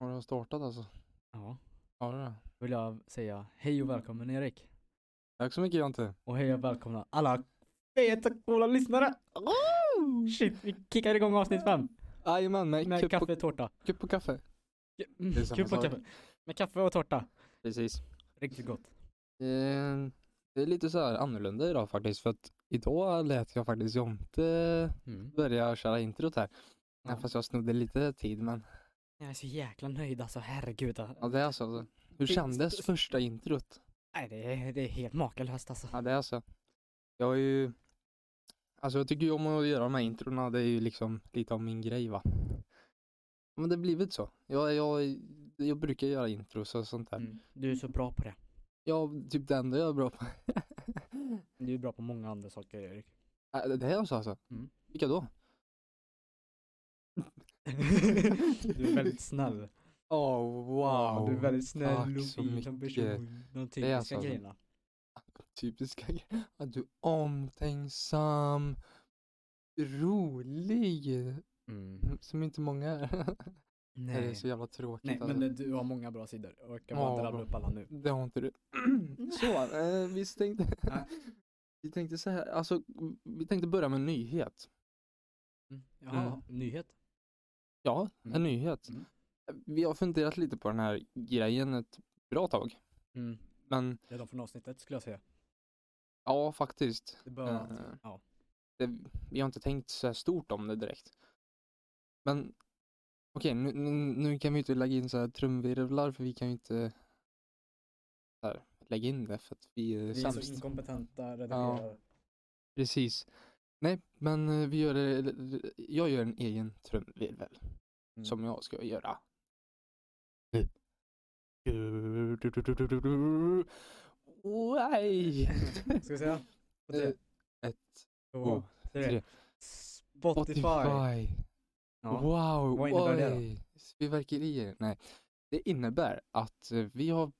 Har du startat alltså? Ja. Ja, Mm. det är det. Vill jag säga hej och välkommen Erik. Tack så mycket Jante. Och hej och välkomna alla feta coola lyssnare. Oh! Shit, vi kickar igång avsnitt fem. Jajamän, med, Med kupp, kaffe kaffe. och tårta. Och, kupp och kaffe. Mm, Det är samma Kul på sak. kaffe. Med kaffe och tårta. Precis. Riktigt gott. Eh, Det är lite så här annorlunda idag faktiskt för att idag lät jag faktiskt Jonte Mm. börja köra introt här. Ja. Ja. Fast jag snodde lite tid men. Jag är så jäkla nöjd alltså, herregud. Ja det är alltså. Hur Det- kändes första introt? Nej, det är, det är helt makalöst alltså. Ja det är så. Jag är ju. Alltså jag tycker ju om att göra de här introna. Det är ju liksom lite av min grej va. Men det har blivit så. Jag, jag, jag brukar göra intros och sånt där. Mm. Du är så bra på det. Ja, typ det enda jag är bra på. Du är bra på många andra saker Erik. Äh, Det här alltså alltså? Mm. Vilka då? du är väldigt snäll. Åh Ja, wow. Du är väldigt snäll Tack så och fin som mycket. person. De Det är typiska alltså- grejerna. Typiska grejer. Att du är omtänksam. Rolig. Mm. Som inte många är. Nej. Det är så jävla tråkigt. Nej, alltså. men eh, du har många bra sidor och jag kan Ja. bara rabbla upp alla nu. Det har inte du. Mm. så, eh, vi tänkte... Nej. vi tänkte så här, alltså vi tänkte börja med en nyhet. Jaha, Mm. nyhet. Ja, en Mm. nyhet. Mm. Vi har funderat lite på den här grejen ett bra tag. Mm. Men Redan från avsnittet skulle jag säga. ja, faktiskt. Det bör... Eh, ja. det, vi har inte tänkt så här stort om det direkt. Men okej, nu, nu, nu kan vi inte lägga in så här trumvirvlar för vi kan ju inte så här, lägga in det för att vi är Vi är sämst. så inkompetenta redigerare. redigerare. Precis. Nej, men eh, vi gör det, jag gör en egen trumvirvel Mm. som jag ska göra. Oj! Ska vi säga? På Eh, tre, Ett, två, två, tre. tre. Spotify. Spotify. Ja. Wow, Vad innebär det då? oj, fyrverkerier. Nej, det innebär att eh, vi har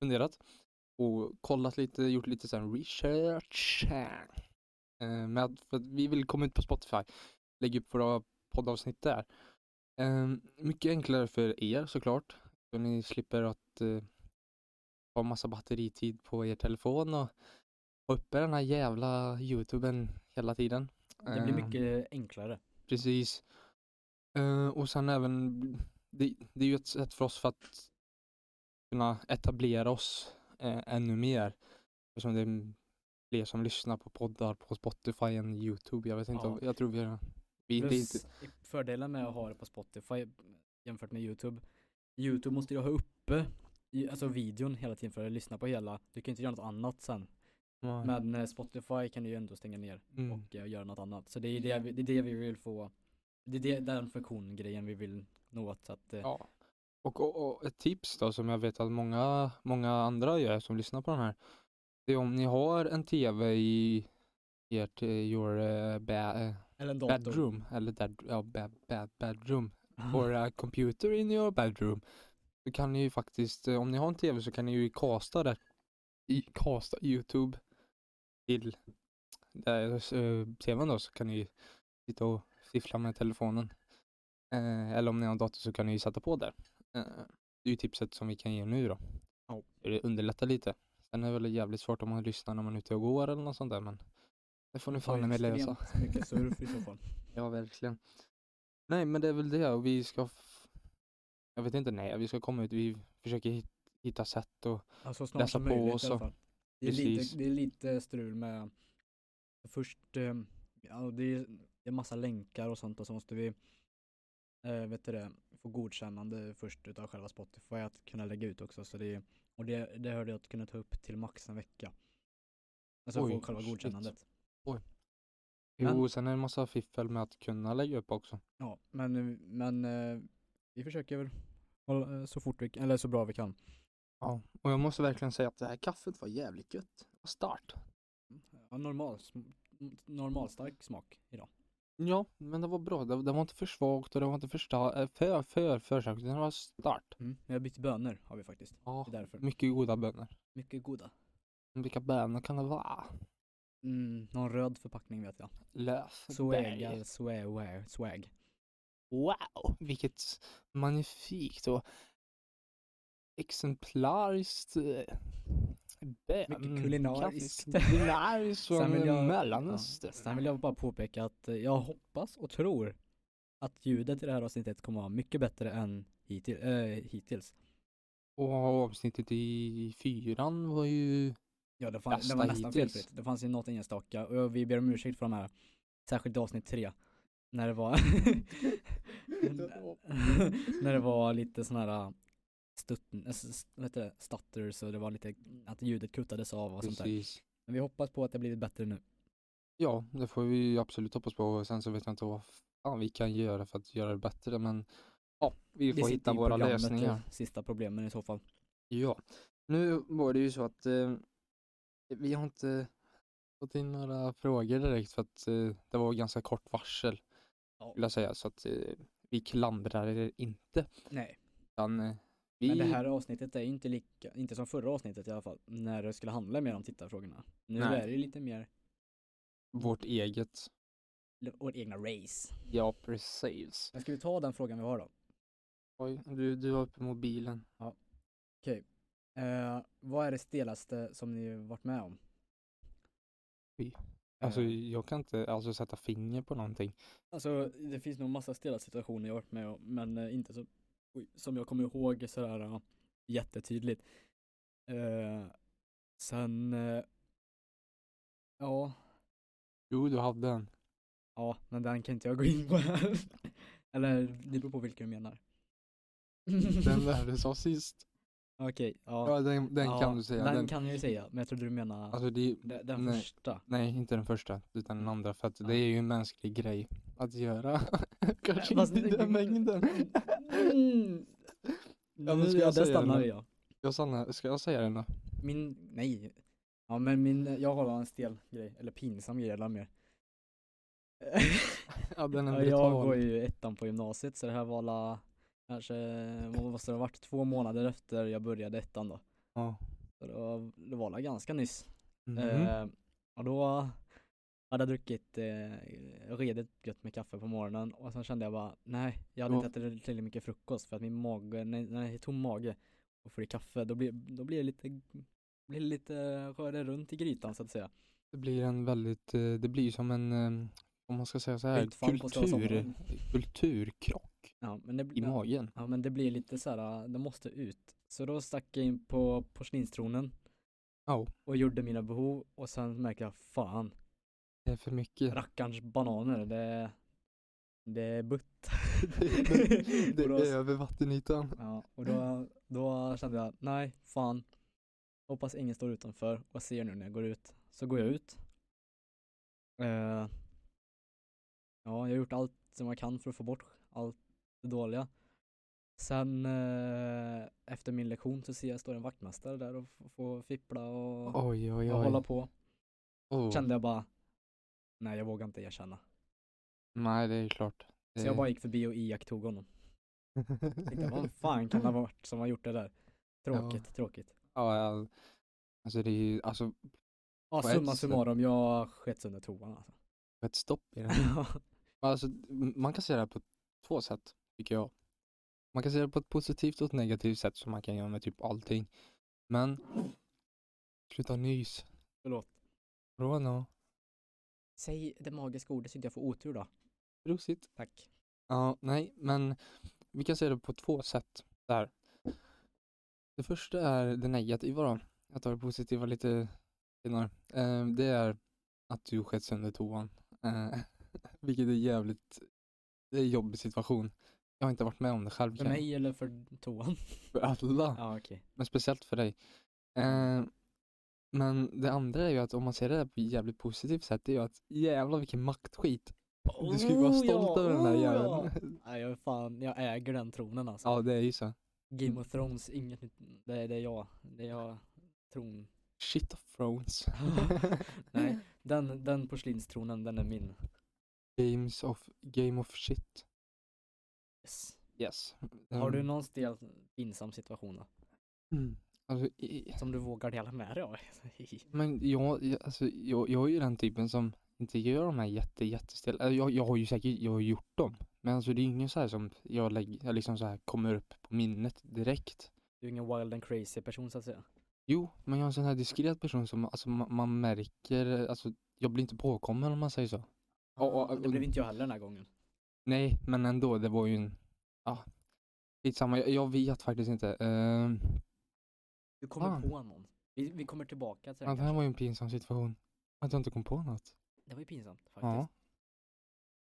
funderat och kollat lite, gjort lite sån research. här. Eh, Med att, för att vi vill komma ut på Spotify, lägga upp våra poddavsnitt där. Eh, Mycket enklare för er såklart, så ni slipper att eh, ha massa batteritid på er telefon och ha uppe den här jävla youtuben hela tiden. Det blir Eh, mycket enklare. Precis. Eh, och sen även, det, det är ju ett sätt för oss för att kunna etablera oss eh, ännu mer. Eftersom det är fler som lyssnar på poddar på Spotify än YouTube. Jag vet inte, Ja. om, jag tror vi har... Vi, det är inte, Plus, fördelen med att ha det på Spotify jämfört med YouTube. YouTube måste du ha uppe i- alltså videon hela tiden för att lyssna på hela. Du kan inte göra något annat sen. Men eh, Spotify kan du ju ändå stänga ner. mm, och eh, göra något annat. Så det är det, vi- det, är det vi vill få, det är det, den funktiongrejen vi vill nå åt. Så att, eh, ja. och, och, och ett tips då som jag vet att många, många andra gör som lyssnar på den här. Det är om ni har en TV i ert, eh, your eh, ba, eh, Eller en dator. bedroom, eller där, ja, bad, bad, bedroom. Mm. or a computer in your bedroom. Då kan ni ju faktiskt, eh, om ni har en tv så kan ni ju kasta det, i, kasta youtube till där, eh, tvn då så kan ni ju sitta och fiffla med telefonen. Eh, eller om ni har en dator så kan ni ju sätta på där. Eh, det är ju tipset som vi kan ge nu då. Ja. För Det underlättar lite. Sen är det väl jävligt svårt om man lyssnar när man är ute och går eller något sånt där men det får ni Det tar ju fan med lösa. extremt Mycket surf i så fall. Ja, verkligen. Nej, men det är väl det och vi ska... f- Jag vet inte, nej, vi ska komma ut, vi försöker hit- hitta sätt och... Ja, Läsa så Alltså, snart som på möjligt och i så. alla fall. Det är, Precis. lite, det är lite strul med först, eh, ja, det, är, det är massa länkar och sånt och så måste vi eh, vet du det, få godkännande först utav själva Spotify att kunna lägga ut också. Så det, är- och det, det hörde jag att kunna ta upp till max en vecka. Alltså Oj, få själva shit. godkännandet. Men- Jo, sen är det en massa fiffel med att kunna lägga upp också. Ja, men, men eh, vi försöker väl hålla, eh, så fort vi kan, eller så bra vi kan. Ja, och jag måste verkligen säga att det här kaffet var jävligt gött. Vad Start. Ja, normal, sm- normalstark smak idag. Ja, men det var bra. Det, det var inte för svagt och det var inte för sta- eh, för, för, för starkt. utan Det var start. Mm. Vi har bytt bönor har vi faktiskt. Ja, Det är därför. mycket goda bönor. Mycket goda. Vilka bönor kan det vara? Mm, någon röd förpackning vet jag. Lös. Swag, eller swag, swag. Wow, vilket magnifikt och exemplariskt eh, bön- Mycket kulinariskt. kaffe- Kulinariskt från Sen vill jag- Mellanöstern. Ja. Sen vill jag bara påpeka att eh, jag hoppas och tror att ljudet i det här avsnittet kommer vara mycket bättre än hittill, eh, hittills. Och avsnittet i fyran var ju... Ja, det, fan, det Bästa var nästan hittills. felfritt. Det fanns ju något enstaka och vi ber om ursäkt för de här, särskilt i avsnitt tre, när det var när det var lite sån här stutt, eh, s- s- vad heter det, stutters och det var lite att ljudet kuttades av och sånt där. Precis. Men vi hoppas på att det blivit bättre nu. Ja, det får vi ju absolut hoppas på. Och Sen så vet jag inte vad fan vi kan göra för att göra det bättre, men ja, vi får sitter hitta i våra programmet, lösningar. eh, Sista problemen i så fall. Ja, nu var det ju så att eh, vi har inte fått in några frågor direkt för att eh, det var ganska kort varsel Ja. vill jag säga, så att eh, vi klandrar er inte. Nej. Utan, eh, vi... Men det här avsnittet är ju inte lika, inte som förra avsnittet i alla fall, när det skulle handla mer om tittarfrågorna. Nu Nej. är det ju lite mer Vårt eget. l- vårt egna race. Ja, precis. Men ska vi ta den frågan vi har då? Oj, du, du har uppe mobilen. Eh, vad är det stelaste som ni varit med om? Oj. Alltså, Eh, jag kan inte alltså, sätta finger på någonting. Alltså det finns nog massa stela situationer jag varit med om men eh, inte så, oj, som jag kommer ihåg sådär uh, jättetydligt. Eh, sen, eh, ja, Jo, du hade en. ja, men den kan inte jag gå in på här. Eller det beror på vilken du menar. Den där du sa sist. Okej, ja. Ja, den, den ja, kan du säga. Den, Den, kan jag ju säga, men jag trodde du menar Alltså, det är, den, den nej. första. Nej, inte den första, utan den andra. För att det Nej. är ju en mänsklig grej att göra. Kanske fast inte i det- den mängden. Mm. Mm. Ja, men Nu- ska jag säga där den stannar då? jag. Jag stannar, ska jag säga den då? Min, nej. Ja men min, jag har en stel grej, eller pinsam grej eller mer. Ja, den är Ja, jag brutal. går ju i ettan på gymnasiet så det här var alla, kanske, vad måste det ha varit, två månader efter jag började ettan då. Ja. Så det var, det var alla ganska nyss. Mhm. Eh, och då hade jag druckit eh, redigt gött med kaffe på morgonen och sen kände jag bara, nej jag hade Ja. inte ätit tillräckligt mycket frukost för att min mage, när när jag är tom mage och får i kaffe då blir, då blir det lite, blir det lite röra runt i grytan så att säga. Det blir en väldigt, eh, det blir ju som en, eh, om man ska säga så här, Skitfan på stora kultur, sommaren. kulturkrock Ja men det, i ja, magen. ja men det blir lite så här, det måste ut. Så då stack jag in på porslinstronen Ja, och gjorde mina behov och sen märkte jag, fan, det är för mycket. rackarns bananer, det, det är butt. det Och då- är över vattenytan. Ja, och då, då kände jag, nej, fan. Hoppas ingen står utanför och ser nu när jag går ut. Så går jag Mm. ut. Eh, ja, jag har gjort allt som jag kan för att få bort allt det dåliga. Sen eh, efter min lektion så ser jag står en vaktmästare där och f- får fippla och, Oj, oj, och hålla oj. på. Oh. Kände jag bara, nej jag vågar inte erkänna. Nej, det är klart. Så Det- jag bara gick förbi och iakttog honom. Tänkte, vad fan kan det ha varit som har gjort det där? Tråkigt, tråkigt. Ja, ja. alltså det är ju, alltså Ja, På ett summa sätt. summarum, jag sket under toan alltså. ett stopp i det. Alltså, m- man kan se det här på två sätt, tycker jag. Man kan se det på ett positivt och ett negativt sätt som man kan göra med typ allting. Men, sluta nys. Förlåt. Bra nu. Säg det magiska ordet så inte jag får otur då. Prosit. Tack. Ja, nej, men vi kan se det på två sätt där. Det första är det negativa då. Jag tar det positiva lite senare. Eh, det är att du skett sönder toan. Eh, vilket är jävligt, det är en jobbig situation. Jag har inte varit med om det själv. För kan jag- mig eller för toan? För alla. ja, okej. Men speciellt för dig. Eh, men det andra är ju att om man ser det här på ett jävligt positivt sätt, det är ju att jävlar vilken maktskit. Du ska ju vara Oh, stolt ja, över den här oh, jäveln. Ja. Ja, jag, är fan, jag äger den tronen alltså. det är ju så. Game of Thrones, inget nytt. Det är det är jag. Det är jag. Tron. Shit of thrones. Nej, den, den porslinstronen, den är min. Games of, game of shit. Yes. Yes. Har du Mm. någon stel pinsam situation då? Mm. Alltså, i- Som du vågar dela med dig av? men jag, jag- alltså, Alltså, jag, jag är ju den typen som inte gör de här jätte, jättestel, eller jag, jag har ju säkert, jag har gjort dem. Men alltså det är ingen så här som jag, lägger, jag liksom så här kommer upp på minnet direkt. Du är ingen wild and crazy person så att säga. Jo, men jag är en sån här diskret person som alltså, man, man märker, alltså jag blir inte påkommen om man säger så. Ja, ja, Ah, det och- blev inte jag heller den här gången. Nej, men ändå, det var ju en, ja, skitsamma, jag, jag vet faktiskt inte. Ehm, Du kommer Fan. på någon. Vi, vi kommer tillbaka till ja, den det här kanske. var ju en pinsam situation. Att jag inte kom på något. Det var ju pinsamt faktiskt. Ja.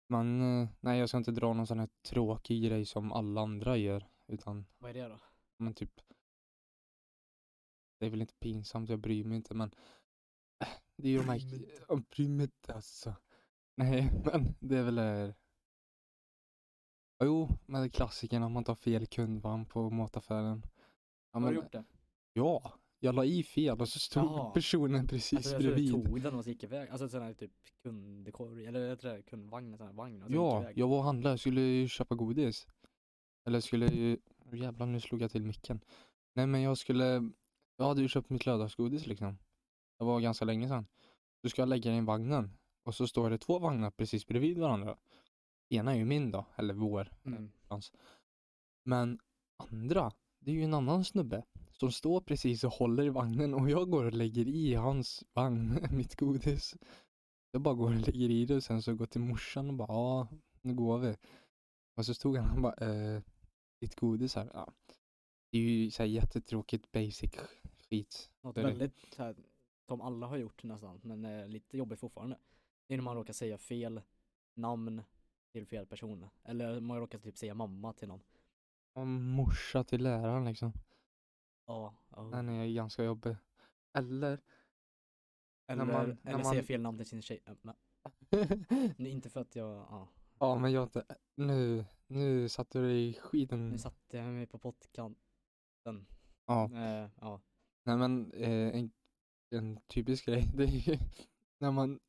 Men eh, nej, jag ska inte dra någon sån här tråkig grej som alla andra gör. Utan, Vad är det då? men typ. Det är väl inte pinsamt, jag bryr mig inte, men. eh, Det är ju de här... Bryr mig inte. Jag bryr mig inte alltså. Nej, men det är väl det här. Ja, Jo, men det är klassikern om man tar fel kundvagn på mataffären. Ja, Har men, du gjort det? ja, jag la i fel och så stod Jaha. personen precis Alltså jag tror du bredvid. tog den och så gick iväg. Alltså sån här typ kundkorg, eller jag tror det är kundvagn, en sån här vagn. Och så gick Ja, iväg. jag var och handlade, jag skulle ju köpa godis. Eller skulle ju, jävlar nu slog jag till micken. Nej men jag skulle, jag hade ju köpt mitt lördagsgodis liksom. Det var ganska länge sedan. Då ska jag lägga den i vagnen. Och så står det två vagnar precis bredvid varandra. Ena är ju min då, eller vår. Mm. Hans. Men andra, det är ju en annan snubbe som står precis och håller i vagnen och jag går och lägger i hans vagn, mitt godis. Jag bara går och lägger i det och sen så går till morsan och bara ja, nu går vi. Och så stod han och bara eh, ditt godis här. Ja. Det är ju så här jättetråkigt basic skit. Något Det är det. väldigt så här, som alla har gjort nästan, men eh, lite jobbigt fortfarande. Det är när man råkar säga fel namn till fel person. Eller man råkar typ säga mamma till någon. Och morsa till läraren liksom. Ja. ja. Den är ganska jobbig. Eller, Eller, när man- eller när säga man- fel namn till sin tjej. Äh, men- nej, inte för att jag, ja. ja men jag inte, nu, nu satte du dig i Nu skiten. satte jag mig på pottkanten. Ja. Eh, ja. Nej men eh, en, en typisk grej det är ju när man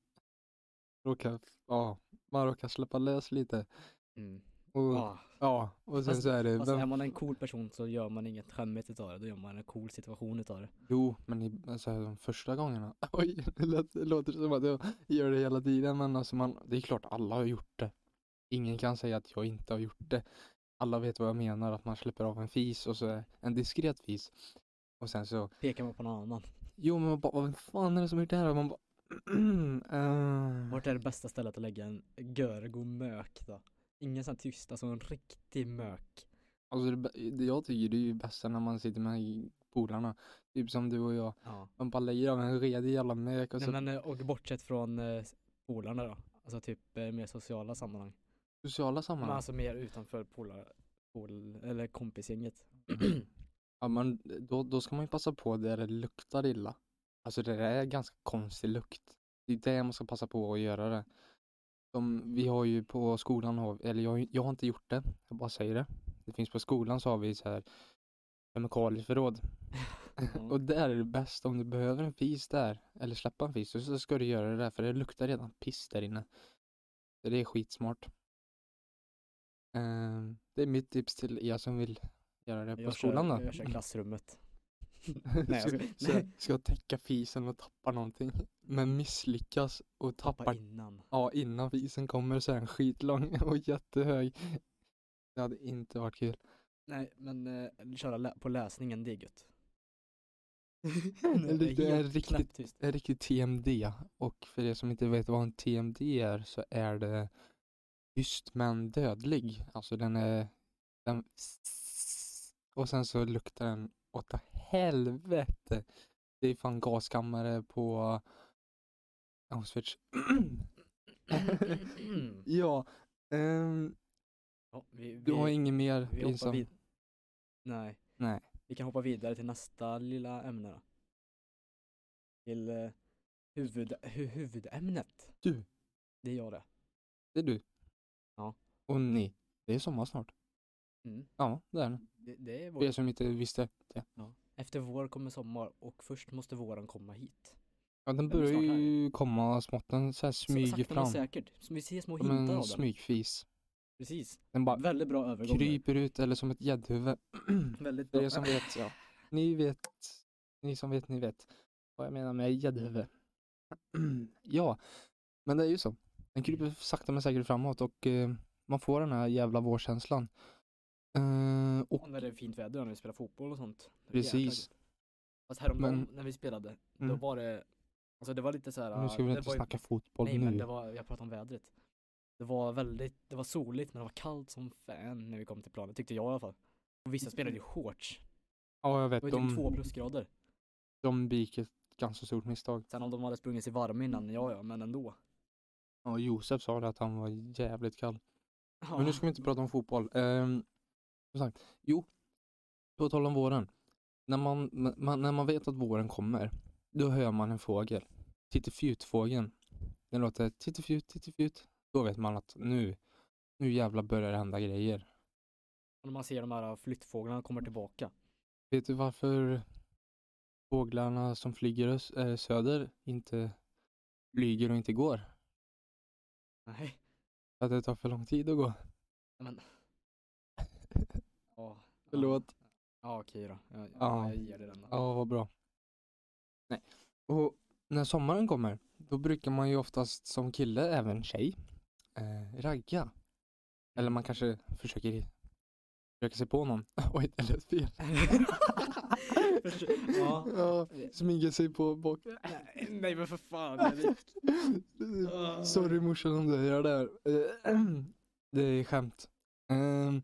råkar, ja, man råkar släppa lös lite. Mm. Och, ja. Ah. och sen Fast- så är det, Fast vem, Alltså, är man en cool person så gör man inget skämmigt utav det, då gör man en cool situation utav det. jo men i, så här, de första gångerna, oj det lät- det låter som att jag gör det hela tiden men alltså man, det är klart alla har gjort det. Ingen kan säga att jag inte har gjort det. Alla vet vad jag menar, att man släpper av en fis och så är- en diskret fis. Och sen så Pekar man på någon annan. Jo men man bara, vad fan är det som har gjort det här? Och man bara, eh, Vart är det bästa stället att lägga en görgo mök då? Ingen sån här tyst, alltså en riktig mök. Alltså det, bä- det jag tycker det är ju bästa när man sitter med i polarna. Typ som du och jag. Ja. Man bara lägger av en redig jävla mök och Nej, så men, eh, och bortsett från eh, polarna då, alltså typ eh, mer sociala sammanhang. sociala sammanhang. Men alltså mer utanför polar, pol, eller kompisgänget. ja, men då, då ska man ju passa på där det luktar illa. Alltså det där är ganska konstig lukt. Det är där man ska passa på att göra det. Som vi har ju på skolan, har, eller jag, har ju- jag har inte gjort det, jag bara säger det. Det finns på skolan så har vi så här kemikalieförråd. Ja. Och där är det bäst om du behöver en fis där, eller släppa en fis, så- så ska du göra det där för det luktar redan piss där inne. Så det är skitsmart. Ehm, det är mitt tips till er som vill göra det på jag skolan kör, då. Jag kör klassrummet. Nej, Nej, ska, ska, jag ska- ska, nej. jag täcka fisen och tappa någonting. Men misslyckas och Bara tappar, innan. ja innan fisen kommer så är den skitlång och jättehög. Det hade inte varit kul. Nej, men eh, köra lä- på läsningen, det är gött. Det Det är helt riktigt- knäpptyst. en riktig TMD och för er som inte vet vad en TMD är så är det tyst men dödlig. Alltså den är... Den, och sen så luktar den åt helvete. Det är fan gaskammare på Auschwitz. ja, ehm, Ja, vi, du har vi- inget mer vi hoppar pinsam- vid- Nej. Nej. Vi kan hoppa vidare till nästa lilla ämne då. Till eh, huvud, hu, huvudämnet. Du. Det är jag det. Det är du. Ja. Och ni. Det är sommar snart. Mm. Ja, det är det. Det, det är För er vår. som inte visste det. Efter vår kommer sommar och först måste våren komma hit. Ja, den Den är börjar snart här. ju komma smått. Den så här S- smyger Sakta fram. men säkert. Som vi ser små Som hintar en av den. smygfis. Precis. Den bara Väldigt bra övergång. där. kryper ut eller som ett gäddhuvud. Väldigt För bra. er som vet, ja. Ni vet, ni som vet, ni vet vad jag menar med gäddhuvud. ja, men det är ju så. Den kryper sakta men säkert framåt och eh, Man får den här jävla vårkänslan. Eh, och Och när det är fint väder när vi spelar fotboll och sånt. Det är Precis. jäkla gött. Fast häromdagen Men- när vi spelade, då Mm. var det, alltså det var lite så här. nu ska vi det väl inte var ju- snacka fotboll Nej nu. men det var, jag pratar om vädret. Det var väldigt, det var soligt men det var kallt som fan när vi kom till planen, tyckte jag i alla fall. Och vissa spelade ju shorts. Ja, jag vet. Det var ju typ två De, plusgrader. de begick ett ganska stort misstag. Sen om de hade sprungit sig varma innan, ja ja, men ändå. Ja, Josef sa det att han var jävligt kall. Ja. Men nu ska vi inte prata om fotboll. Ehm, som sagt, jo. På tal om våren. När man, man, när man vet att våren kommer, då hör man en fågel. Tittifjutfågeln. Den låter tittifjut, tittifjut. Då vet man att nu, nu jävla börjar det hända grejer. När man ser de här flyttfåglarna kommer tillbaka. Vet du varför fåglarna som flyger ös- eh, söder inte flyger och inte går? Nej, För att det tar för lång tid att gå. men. Ja. Förlåt. Ja okej då, jag, Ja. jag ger dig den. då. Ja, vad bra. Nej. Och när sommaren kommer, då brukar man ju oftast som kille, även tjej, eh, ragga. Eller man kanske försöker försöker sig på någon. Oj, det lät fel. Försö- ja. ja. Smyger sig på bak. Nej, Nej men för fan. är det- Sorry morsan om du gör det här. Eh, Det är skämt. Ehm,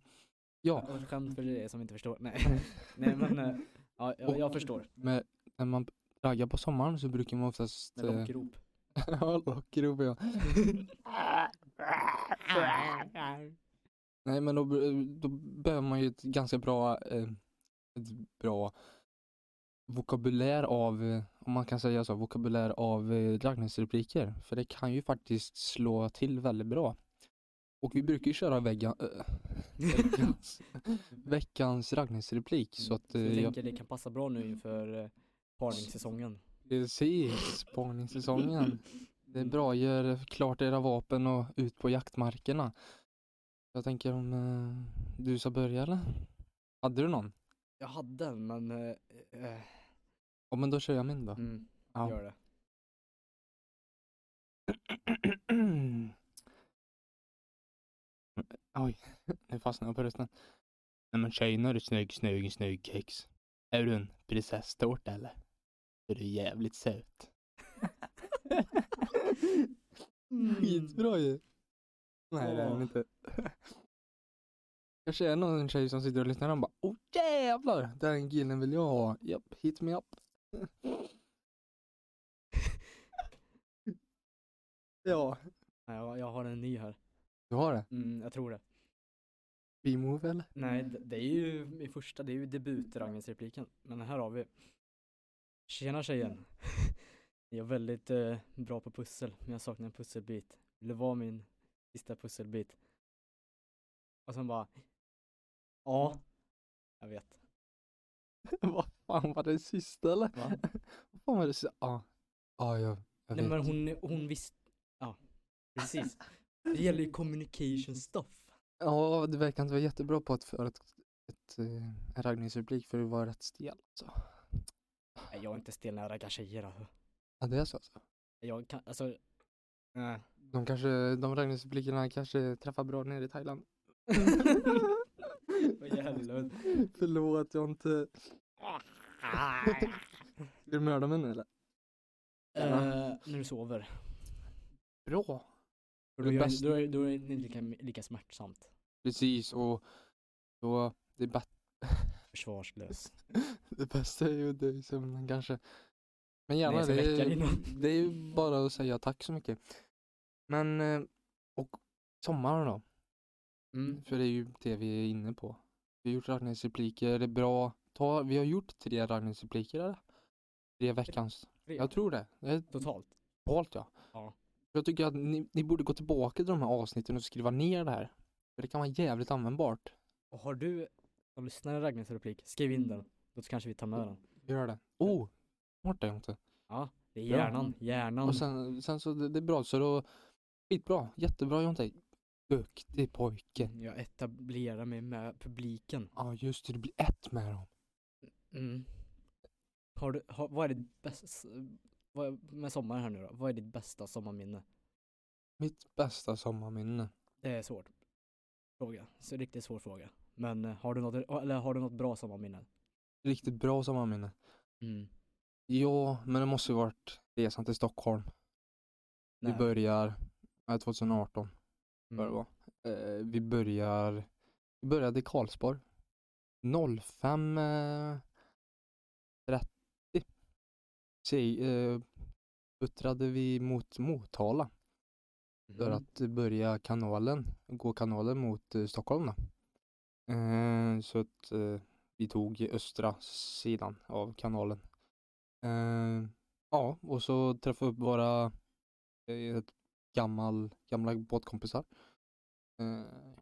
ja, Och skämt för dig som inte förstår. Nej, Nej men eh, ja, jag, jag förstår. men när man raggar på sommaren så brukar man oftast... Med eh, långgrop. Ja, lockrop ja. Nej men då, då behöver man ju ett ganska bra, eh, ett bra vokabulär av, eh, om man kan säga så, vokabulär av eh, raggningsrepliker. För det kan ju faktiskt slå till väldigt bra. Och vi brukar ju köra vägga, eh, veckans, veckans raggningsreplik. Så att Så jag eh, jag, tänker det kan passa bra nu inför eh, parningssäsongen. precis, spaningssäsongen. Det är bra, gör klart era vapen och ut på jaktmarkerna. Jag tänker om eh, du ska börja eller? Hade du någon? Jag hade en men, eh, eh, Ja men då kör jag min då. mm, Ja. gör det. Oj, nu fastnade jag på rösten. Nej men tjejen har ett snygg, snygg, snygg kex. Är du en prinsesstårta eller? Är du jävligt söt? Skitbra ju. Nej det är Mm. Åh. den inte. Kanske är någon tjej som sitter och lyssnar och bara oh jävlar, den killen vill jag ha. Japp, hit me up. ja, Nej, jag, jag har en ny här. du har det. Mm, jag tror det. B-move eller? Nej, d- det är ju i första, det är ju debutraggningsrepliken. Men här har vi. Tjena tjejen. Jag är väldigt eh, bra på pussel, men jag saknar en pusselbit. Vill du vara min sista pusselbit? Och sen bara. Ja, Mm. jag vet. Vad fan var det sista eller? Va? Vad fan var det sista? Ja, ja jag, jag vet. Nej men hon, hon visste, ja, precis. Det gäller ju communication stuff. Ja, du verkar inte vara jättebra på att föra ett, ett, eh, en raggningsreplik för du var rätt stel alltså. Nej, jag är inte stel när jag raggar tjejer alltså. Ja, det är så alltså. Jag kan, alltså. Nej. De kanske, de raggningsreplikerna kanske träffar bra nere i Thailand. Vad i helvete. Förlåt, jag har inte... Ska du mörda mig nu eller? Eh, när du sover. Bra. För Det då, gör, bästa- då, är, då är det inte lika, lika smärtsamt. Precis, och då, det, bä- Försvarslös. det bästa är ju det i sömnen kanske. Men gärna, Nej, så det, veckan är, innan. det är ju bara att säga tack så mycket. Men, eh, och sommaren då? Mm. För det är ju det vi är inne på. Vi har gjort raggningsrepliker, det är bra. Ta, vi har gjort tre raggningsrepliker eller? Tre veckans. Tre. Jag tror det. Det är Totalt. totalt ja. Ja. Jag tycker att ni, ni borde gå tillbaka till de här avsnitten och skriva ner det här. För det kan vara jävligt användbart. Och har du som lyssnar en raggningsreplik, skriv in den. Då kanske vi tar Mm. med den. Gör det. Oh! Smart det inte. Ja, det är Bra. hjärnan. Hjärnan. Och sen, sen så det, det är bra så då. Skitbra. Jättebra Jonte. Duktig pojke. Jag etablerar mig med publiken. Ja just det, du blir ett med dem. Mm. Har du, har, vad är ditt bästa, vad är, med sommaren här nu då, vad är ditt bästa sommarminne? Mitt bästa sommarminne. Det är svårt. fråga. Så riktigt svår fråga. Men eh, har du något, eller har du något bra sommarminne? Riktigt bra sommarminne. Mm. Ja, men det måste ju varit resan till Stockholm. Vi Nej. börjar, eh, nej, 2018 bör det Mm. vara. Eh, vi börjar, vi började i Karlsborg. 05 eh, 30 Sig, eh, buttrade vi mot Motala för Mhm. att börja kanalen, gå kanalen mot eh, Stockholm då. Eh, så att eh, vi tog östra sidan av kanalen. Eh, ja, och så träffade upp våra eh, ett gammal, gamla båtkompisar. Eh,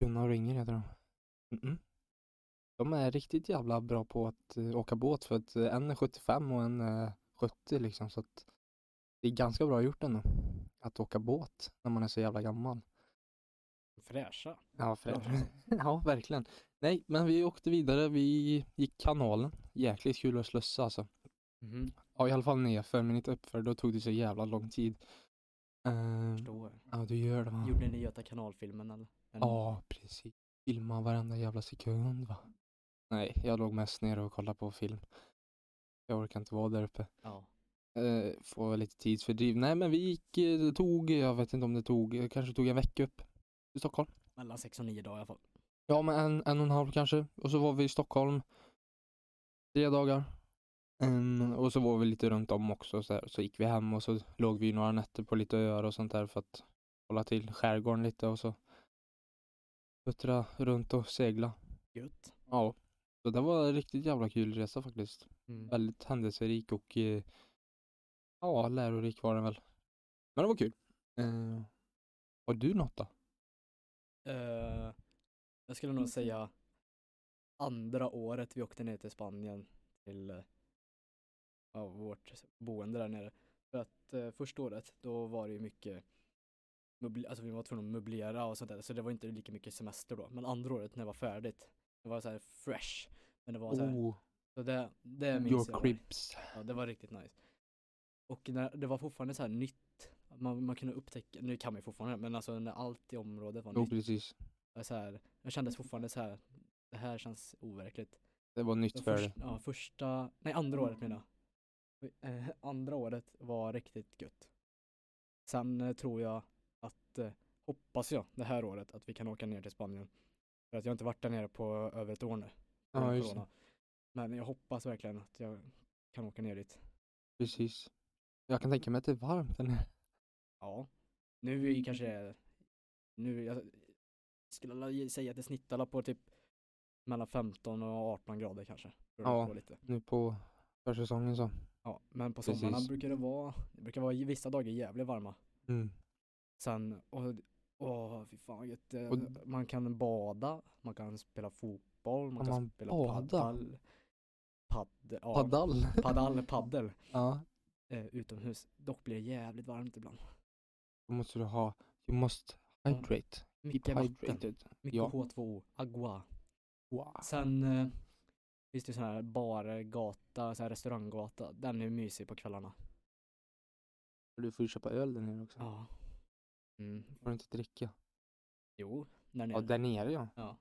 Gunnar och Inger heter de. Mm-mm. De är riktigt jävla bra på att eh, åka båt för att eh, en är 75 och en är 70 liksom så att det är ganska bra gjort ändå att åka båt när man är så jävla gammal. Fräscha. Ja, Ja. ja, verkligen. Nej, men vi åkte vidare. Vi gick kanalen. Jäkligt kul att slussa alltså. Mhm. Ja, i alla fall nerför, men inte uppför. Då tog det så jävla lång tid. Eh, Förstår. ja, du gör det va? Gjorde ni Göta kanalfilmen eller? En- Ah. Ja, precis. Filma varenda jävla sekund va? Nej, jag låg mest nere och kollade på film. Jag orkar inte vara där uppe. ja. Eh, få lite tidsfördriv. Nej, men vi gick, eh, det tog, jag vet inte om det tog, eh, kanske tog en vecka upp till Stockholm. Mellan sex och nio dagar i alla fall. Ja, men en, en och en halv kanske. Och så var vi i Stockholm tre dagar. Ehm, och så var vi lite runt om också. Så, här. så gick vi hem och så låg vi några nätter på lite öar och sånt där för att hålla till skärgården lite och så puttra runt och segla. Gött. Ja, så det var en riktigt jävla kul resa faktiskt. Väldigt händelserik och eh, ja, lärorik var den väl. Men det var kul. Eh, har du något då? Eh, jag skulle nog säga andra året vi åkte ner till Spanien till eh, ja, vårt boende där nere. För att eh, första året då var det ju mycket möble- alltså vi var tvungna att möblera och sånt där så det var inte lika mycket semester då. Men andra året när det var färdigt, det var så här fresh. Men det var så här, Oh, så det, det minns jag. your var- cribs. Ja, det var riktigt nice. Och när, det var fortfarande så här nytt. Man, man kunde upptäcka, nu kan man ju fortfarande men alltså när allt i området var Jo, nytt. precis. Jag är så här, jag kändes fortfarande så här. Det här känns overkligt. Det var Den nytt för dig. först- ja, första, nej andra året menar jag. Eh, Andra året var riktigt gött. Sen eh, tror jag att, eh, hoppas jag, det här året att vi kan åka ner till Spanien. För att jag har inte varit där nere på över ett år nu. på grund av Ja, just det. corona. Men jag hoppas verkligen att jag kan åka ner dit. Precis. Jag kan tänka mig att det är varmt där nere. Ja. Nu är vi kanske, nu, jag skulle alla säga att det snittar alla på typ mellan 15 och 18 grader kanske. beroende Ja. på Lite. nu på försäsongen så. ja. Men på Precis. sommarna brukar det vara, det brukar vara vissa dagar jävligt varma. Mm. Sen, och, åh fy fan vad gött. Eh, Och- Man kan bada, man kan spela fotboll, man Kan kan man spela bada? paddel. Paddel, ja. Padall. Paddal, paddel. ja. Eh, utomhus. Dock blir det jävligt varmt ibland. Då måste du ha, you must hydrate. Typ Mycket vatten. hydrated. Mycket Ja. H2O. Agua. Wow. Sen eh, finns det sån här bargata, sån här restauranggata. Den är mysig på kvällarna. Du får ju köpa öl där nere också. Ja. Mm. Får du inte dricka? Jo, där nere. Ja, där nere ja. Ja.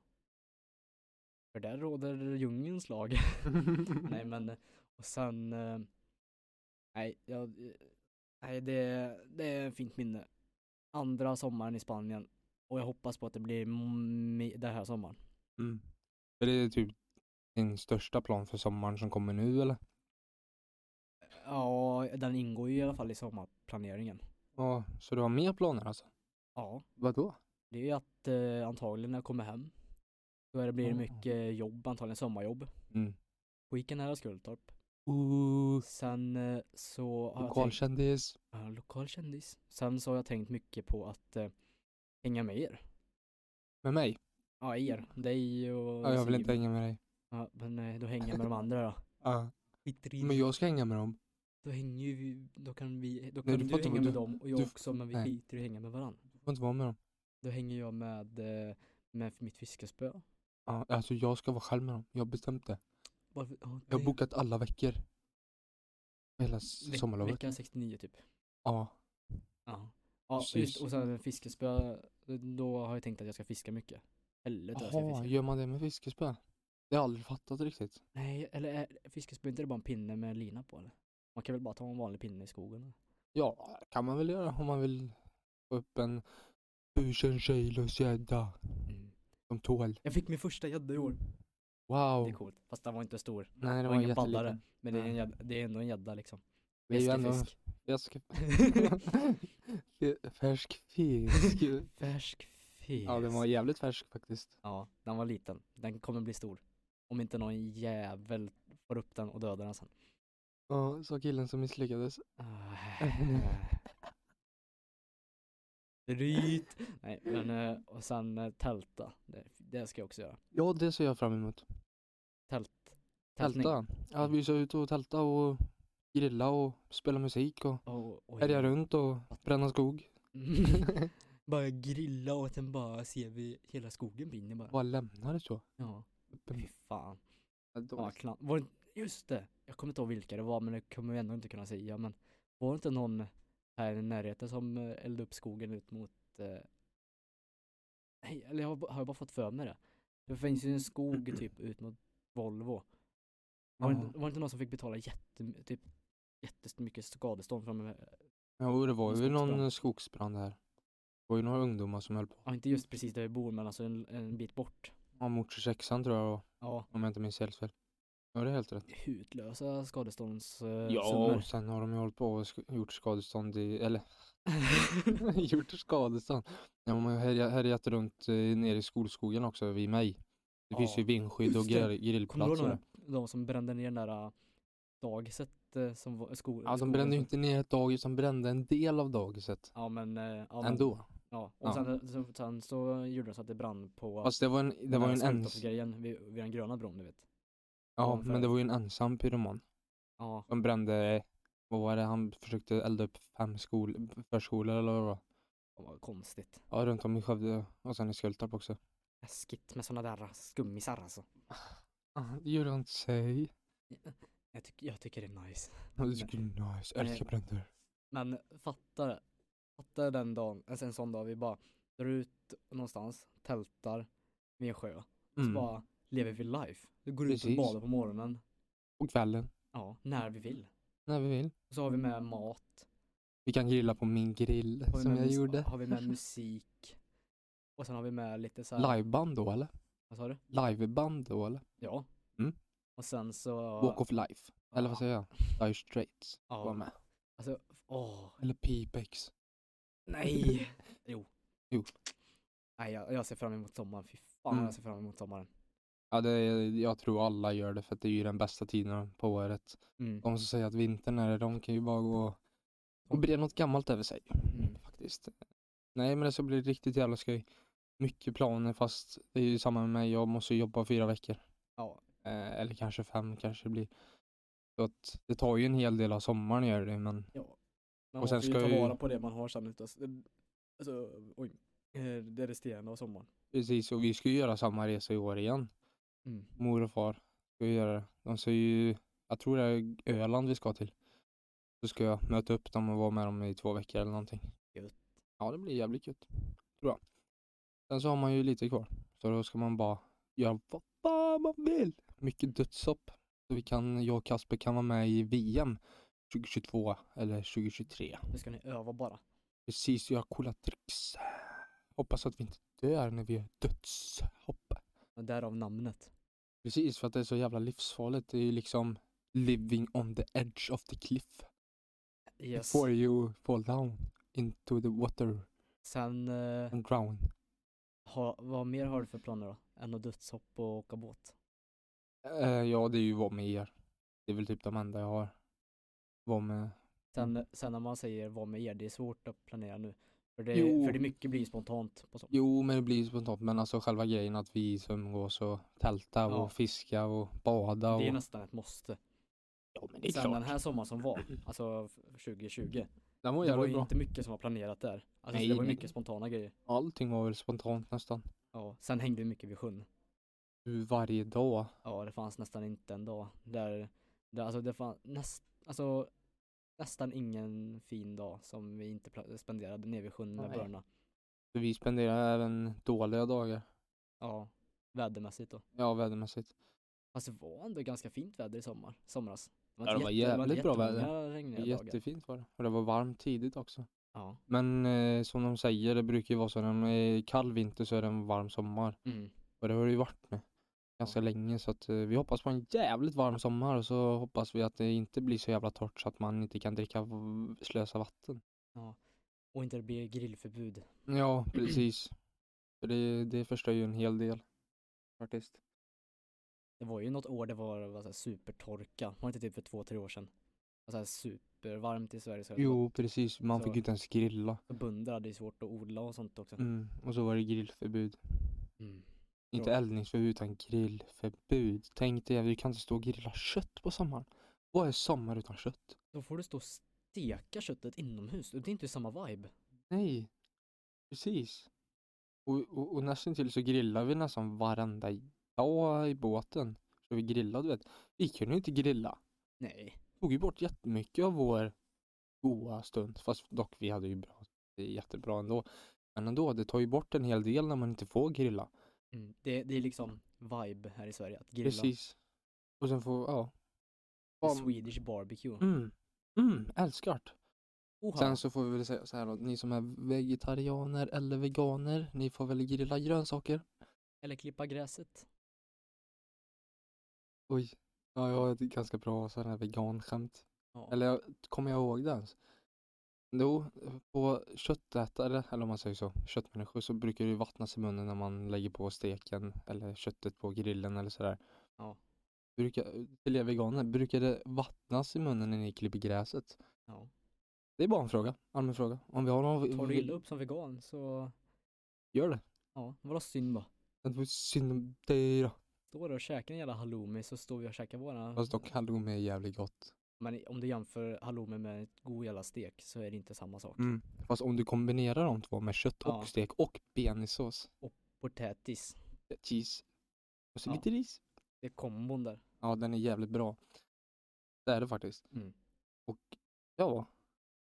För där råder djungelns lag. nej men, eh, och sen, eh, nej, jag, eh, nej det, det är ett fint minne. Andra sommaren i Spanien och jag hoppas på att det blir mi- den här sommaren. Mm. Är det typ din största plan för sommaren som kommer nu eller? Ja, den ingår ju i alla fall i sommarplaneringen. Ja, så du har mer planer alltså? Ja. Vadå? Det är ju att eh, antagligen när jag kommer hem då är det blir det Ah. mycket jobb, antagligen sommarjobb. Mm. Weekend här i Skultorp. Ooh, Sen eh, så har jag tänkt, lokalkändis. ja, lokal kändis. Sen så har jag tänkt mycket på att eh, hänga med er. Med mig? Ja, er. Dig och Mm. Ja, jag vill Siv. inte hänga med dig. Ja, men eh, då hänger jag med de andra då. Ja. Skiter i Men jag ska hänga med dem. Då hänger ju vi, då kan vi, då Nej, kan du får du inte- hänga med du- dem och jag du- också men vi nej. skiter i att hänga med varandra. Du får inte vara med dem. Då hänger jag med, eh, med mitt fiskespö. Ja, alltså jag ska vara själv med dem. Jag har bestämt det. Varför? ja, Jag det- har bokat alla veckor. Hela s- veck- sommarlovet. Vecka 69 typ. Ja. Ja. Ja, Precis. just, och sen fiskespö, då har jag tänkt att jag ska fiska mycket. Helvete vad jag ska Jaha, fiska. gör man det med fiskespö? Det har jag aldrig fattat riktigt. Nej, eller är fiskespö, inte det bara en pinne med lina på eller? Man kan väl bara ta en vanlig pinne i skogen? Ja, kan man väl göra om man vill få upp en tusen kilos gädda Mm. som tål. Jag fick min första gädda i år. Det Wow. är coolt. Fast den var inte stor. Nej, det Det var Mm. var ingen paddare. jätteliten. Men det är, en Nej. gädda, det är ändå en gädda liksom. Det är ju ändå Fiskefisk. jag ska... Fe- färsk fisk. Färsk fisk. ja, den var jävligt färsk faktiskt. Ja, den var liten. Den kommer bli stor. Om inte någon jävel får upp den och dödar den sen. Ja, sa killen som misslyckades. Ah. Ryt! Nej, men eh, och sen eh, tälta. Det, det ska jag också göra. Ja, det ser jag fram emot. Tältning. Tälta. Ja, vi ska ut och tälta och grilla och spela musik och Oh, oj. härja runt och bränna skog. Mm. bara grilla och sen bara ser vi hela skogen brinner bara. Bara lämna det så. Ja, fy fan. Ja, Ja, klan. Var det, just det, jag kommer inte ihåg vilka det var men det kommer vi ändå inte kunna säga. Men var det inte någon här i närheten som eh, eldade upp skogen ut mot... Eh... Nej, eller jag har, ba- har jag bara fått för mig det? Det finns ju en skog typ ut mot Volvo. Var, det, Ja. inte- var det inte någon som fick betala jätte, typ, jättemycket skadestånd? Från, eh, Jo, det var En ju någon skogsbrand. eh, skogsbrand här. Det var ju några ungdomar som höll på. ja, inte just precis där vi bor men alltså en, en bit bort. Ja, motor 26 tror jag det var, Ja, om jag inte minns helt fel. Ja, det är helt rätt. hutlösa skadeståndssummor. Eh, Ja, summor. och sen har de ju hållit på och sk- gjort skadestånd i, eller gjort skadestånd. Ja, de har härja- härjat runt eh, nere i skolskogen också vid mig. Det finns Ja, ju vindskydd och just det. grill- Kommer du ihåg grillplatser. de, de som brände ner den där äh, dagiset eh, som var skolan? Ja, de brände ju inte ner ett dagis, de brände en del av dagiset. Ja men, eh, ja, men Ändå. Ja, och Ja. Sen, äh, sen, sen så gjorde de så att det brann på Fast det var en, det var ju en ens... grejen vid, vid den gröna bron du vet. Ja, ovanför. men det var ju en ensam pyroman. Ja, De brände, vad var det, han försökte elda upp fem skol, förskolor eller vad det var. och vad konstigt. Ja, runt om i Skövde och sen i Skultorp också. Läskigt med såna där skummisar alltså. Det gjorde han inte sig. Jag, tyck, jag tycker det är nice. Det skulle nice, Nej. älskar bränder. Men fatta det. Fatta den dagen, alltså en sån dag vi bara drar ut någonstans, tältar vid en sjö. Så Mm. bara lever vi life. Vi går ut och Precis. badar på morgonen. Och kvällen, Ja, när vi vill. när vi vill. Och så har vi med mat. Vi kan grilla på min grill Har vi som med jag mus- gjorde. Har vi med musik. Och sen har vi med lite så här. Liveband då eller? Vad sa du? Liveband då eller? Ja. Mm. Och sen så. Walk of life. Eller vad Ja. säger jag? Dire Straits Ja. var med. Alltså, åh. Eller P-Pex. Nej. jo. Jo. Nej, jag, jag ser fram emot sommaren. Fy fan Mm. jag ser fram emot sommaren. Ja, det, är- jag tror alla gör det för att det är ju den bästa tiden på året. Mm. De som säger att vintern är det, de kan ju bara gå och bre något gammalt över sig. Mm. Faktiskt. Nej, men det ska bli riktigt jävla skoj. Mycket planer fast det är ju samma med mig, jag måste jobba fyra veckor. Ja. Eh, eller kanske fem kanske det blir. Så att det tar ju en hel del av sommaren gör det men ja. Man Och sen måste ju ska ta ju- vara på det man har sen utav. Alltså, oj. Eh, Det resterande av sommaren. precis och vi ska ju göra samma resa i år igen. Mm. Mor och far ska ju göra det. De ska ju, jag tror det är Öland vi ska till. Så ska jag möta upp dem och vara med dem i två veckor eller någonting. Gött. Ja det blir jävligt gött. Tror jag. Sen så har man ju lite kvar. Så då ska man bara göra vad fan man vill. Mycket dödshopp. Så vi kan, jag och Kasper kan vara med i VM 2022 eller 2023. Nu ska ni öva bara. Precis, jag har coola tricks. Hoppas att vi inte dör när vi gör dödshopp. Och Därav namnet. Precis, för att det är så jävla livsfarligt. Det är ju liksom living on the edge of the cliff. Yes. Before you fall down into the water Sen, eh, and drown. ha, vad mer har du för planer då? Än att dödshopp och åka båt? Eh, ja, det är ju vara med er. Det är väl typ de enda jag har. Vara med. Sen, Mm. sen när man säger vad med er, det är svårt att planera nu. För det, Jo. för det är mycket blir spontant på sommaren. Jo, men det blir ju spontant. Men alltså själva grejen att vi som umgås och tälta Ja. och fiska och bada och... Det är nästan ett måste. ja, men Sen den här sommaren som var, alltså f- 2020, Den var det var jävligt ju bra. inte mycket som var planerat där. Alltså så Nej, det var ju nej. mycket spontana grejer. Allting var väl spontant nästan. Ja, sen hängde vi mycket vid sjön. Du, varje dag. Ja, det fanns nästan inte en dag där, där alltså det fanns näst, alltså, nästan ingen fin dag som vi inte pla- spenderade nere vid sjön med Nej. börna. Så vi spenderar även dåliga dagar. Ja, vädermässigt då. Ja, vädermässigt. Fast det var ändå ganska fint väder i sommar, somras. Ja, det inte var jätte- jävligt inte bra väder. jättemånga regniga dagar. Jättefint var det. Och det var varmt tidigt också. Ja. Men eh, som de säger, det brukar ju vara så när det är kall vinter så är det en varm sommar. Mm. Och det har det ju varit nu. Ganska länge så att eh, vi hoppas på en jävligt varm sommar och så hoppas vi att det inte blir så jävla torrt så att man inte kan dricka v- slösa vatten. Och inte det blir grillförbud. Ja, precis. För det, det förstör ju en hel del. Faktiskt. Det var ju något år det var, var så här supertorka. Var det inte typ för två, tre år sedan? Det var så här supervarmt i Sverige. Så det var- Jo, precis. Man Så- fick ju inte ens grilla. och Bönder hade ju svårt att odla och sånt också. Mm. Och så var det grillförbud. Mm. Inte Ja. eldningsförbud utan grillförbud. Tänk dig, vi kan inte stå och grilla kött på sommaren. Vad är sommar utan kött? Då får du stå och steka köttet inomhus och det är inte samma vibe. Nej, precis. Och, och, och nästan till så grillar vi nästan varenda dag i båten. Så vi grillade, du vet. Vi kunde ju inte grilla. Nej. Tog ju bort jättemycket av vår goa stund. Fast dock, vi hade ju bra, det är jättebra ändå. Men ändå, det tar ju bort en hel del när man inte får grilla. Mm. Det, det är liksom vibe här i Sverige att grilla. Precis. Och sen får, ja. The Om- Swedish barbecue. Mm. Mm, älskart. Oha. Sen så får vi väl säga så här då, ni som är vegetarianer eller veganer, ni får väl grilla grönsaker. Eller klippa gräset. Oj. Ja, jag har ett ganska bra sådant här veganskämt. Ja. Eller jag- kommer jag ihåg det ens? Jo, på köttätare, eller om man säger så, köttmänniskor så brukar det ju vattnas i munnen när man lägger på steken eller köttet på grillen eller sådär. Ja. Brukar, till er veganer, brukar det vattnas i munnen när ni klipper gräset? Ja. Det är bara en fråga, allmän fråga. Om vi har någon... Tar du illa upp som vegan så, Gör det. ja, vadå synd bara. Det var synd om dig då. Står du och käkar en jävla halloumi så står vi och käkar våra. Fast dock halloumi är jävligt gott. Men om du jämför halloumi med ett god jävla stek så är det inte samma sak. Mm. Fast om du kombinerar de två med kött och Mm. Ja. stek och bearnaisesås. Potatis, Cheese. Och så Ja. lite ris. det är kombon där. Ja, den är jävligt bra. Det är det faktiskt. Mm. Och ja,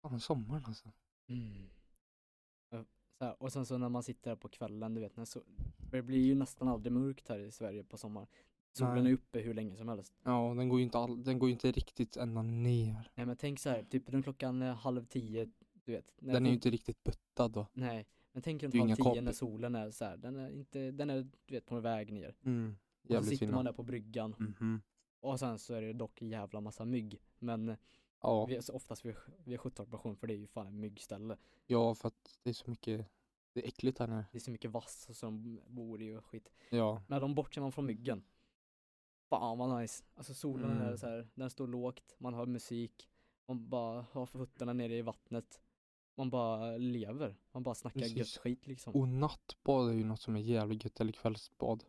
fan sommaren alltså. Mm. Ja, Så här, och sen så när man sitter här på kvällen, du vet, när så, det blir ju nästan aldrig mörkt här i Sverige på sommaren. Solen Nej. är uppe hur länge som helst. Ja, den går ju inte, all, den går ju inte riktigt ända ner. Nej men tänk så här, typ runt klockan eh, halv tio, du vet. när Den är fot- ju inte riktigt buttad då. Nej, men tänk runt Det är halv inga tio kap- när solen är så här, den är inte, den är du vet på väg ner. Mm. Och så Jävligt sitter man fina. där på bryggan Mhm. och sen så är det dock en jävla massa mygg. Men Ja, vi är så oftast vid, vid skyttorpation för det är ju fan ett myggställe. ja, för att det är så mycket, det är äckligt här nere. Det är så mycket vass som bor i och skit. Ja, Men de bortser man från Mm. myggen. Fan vad nice. Alltså solen är Mm. så här, den står lågt, man hör musik, man bara har fötterna nere i vattnet. Man bara lever, man bara snackar Precis. Oh. gött skit liksom. och nattbad är ju något som är jävligt gött, eller kvällsbad.